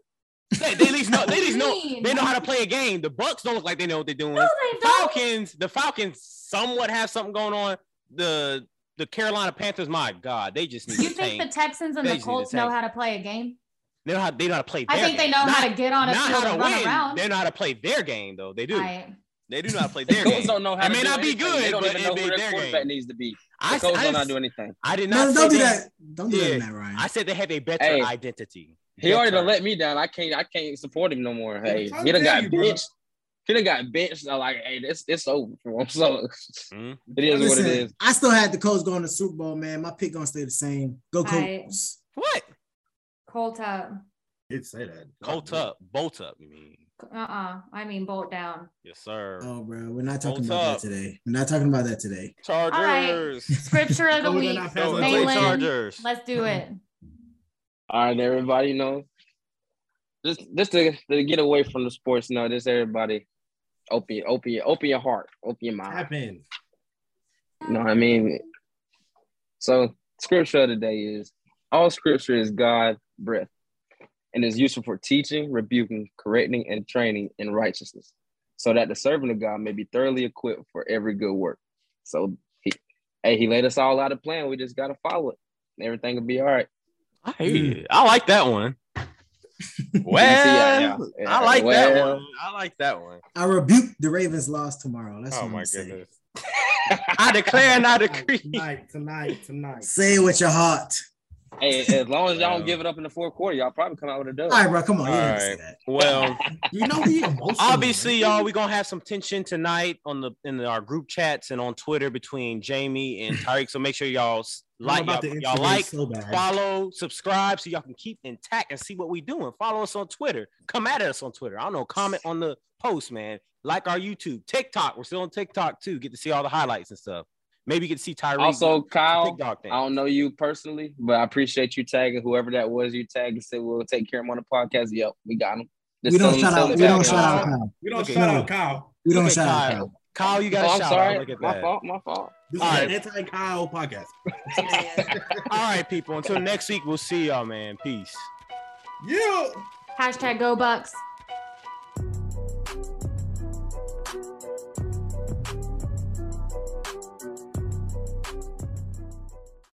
They, they at least know they at least know
Mean.
they know how to play a game. The Bucks don't look like they know what they're doing.
No, they
The
don't.
Falcons, the Falcons somewhat have something going on. The the Carolina Panthers, my God, they just need
You
to
think the
tank.
Texans and
They
the
just need to
Colts know
tank.
how to play a game?
they know how they know how to play.
I
their
think they
game.
know
Not-
how to get on a
not
field
how to
and run
win.
around.
They know how to play their game, though. They do.
I-
They do know how to play
The
their
Colts
game.
don't know how
It
to
may
do
not be
anything.
good,
They don't
but
even
it
know
be
who
their
their quarterback
game.
needs to be. The
I,
Colts
I
don't
didn't-
know how to do anything.
I did not.
No,
say
don't do
they-
that. Don't do
Yeah.
that, Matt Ryan.
I said they have a better
Hey.
identity.
He already
Better.
done let me down. I can't. I can't support him no more. Hey,
How
he done
dare
got
you, bro.
benched. He done got benched. I'm like, hey, this it's over for him. So
Mhm.
it is
Listen,
what it is.
I still had the Colts going to Super Bowl, man. My pick gonna stay the same. Go
I-
Colts.
What?
Colt up.
It say that.
Oh,
Bolt up, bolt up. You mean?
Uh-uh. I mean bolt down.
Yes, sir.
Oh, bro, we're not talking
Colts
about
up.
that today. We're not talking about that today.
Chargers.
Scripture of the
Oh, they're
week.
not passing
Go
the
play
Nayland.
Chargers.
Let's do it.
All right, everybody. You know, just just to, to get away from the sports. You know, just everybody, open open your open your heart, open your mind.
Tap in.
You know what I mean? So, scripture of the day is all scripture is God breath and is useful for teaching, rebuking, correcting, and training in righteousness, so that the servant of God may be thoroughly equipped for every good work. So, he, hey, he laid us all out a plan. We just got to follow it. and Everything will be all right.
I hear you. I like that one. Well,
yeah, yeah.
I like that
Well.
one. I like that one.
I rebuke the Ravens loss tomorrow. That's
Oh
what
my
I'm saying.
goodness. I declare and I decree.
Tonight, tonight, tonight.
Say it with your heart.
Hey, as long as y'all don't give it up in the fourth quarter, y'all probably come out with a dub.
All right, bro. Come on. You
All
didn't say
right.
that.
Well,
You know he emotional.
obviously, y'all, we're gonna have some tension tonight on the in our group chats and on Twitter between Jamie and Tyreek. So make sure y'all s-
I'm
like
about
y'all,
to
y'all
instigate
like,
so bad.
follow, subscribe, so y'all can keep intact and see what we doing. Follow us on Twitter. Come at us on Twitter. I don't know. Comment on the post, man. Like our YouTube, TikTok. We're still on TikTok too. Get to see all the highlights and stuff. Maybe you get to see Tyreek
Also, Kyle,
TikTok thing.
I don't know you personally, but I appreciate you tagging whoever that was you tagged and said we'll take care of him on the podcast. Yep, we got him. Just
We don't
tell him-
shout
tell
out.
him
We don't
back.
shout out Kyle.
We don't
Look
shout out Kyle.
at Look
Kyle. We don't
at
shout out
Kyle.
Kyle.
Kyle, you got
Oh,
a
I'm
shout
sorry.
out. Look at
my
that.
fault. My fault.
This
All
is
right.
an anti-Kyle podcast.
All right, people. Until next week, we'll see y'all, man. Peace.
Yeah.
Hashtag go Bucks.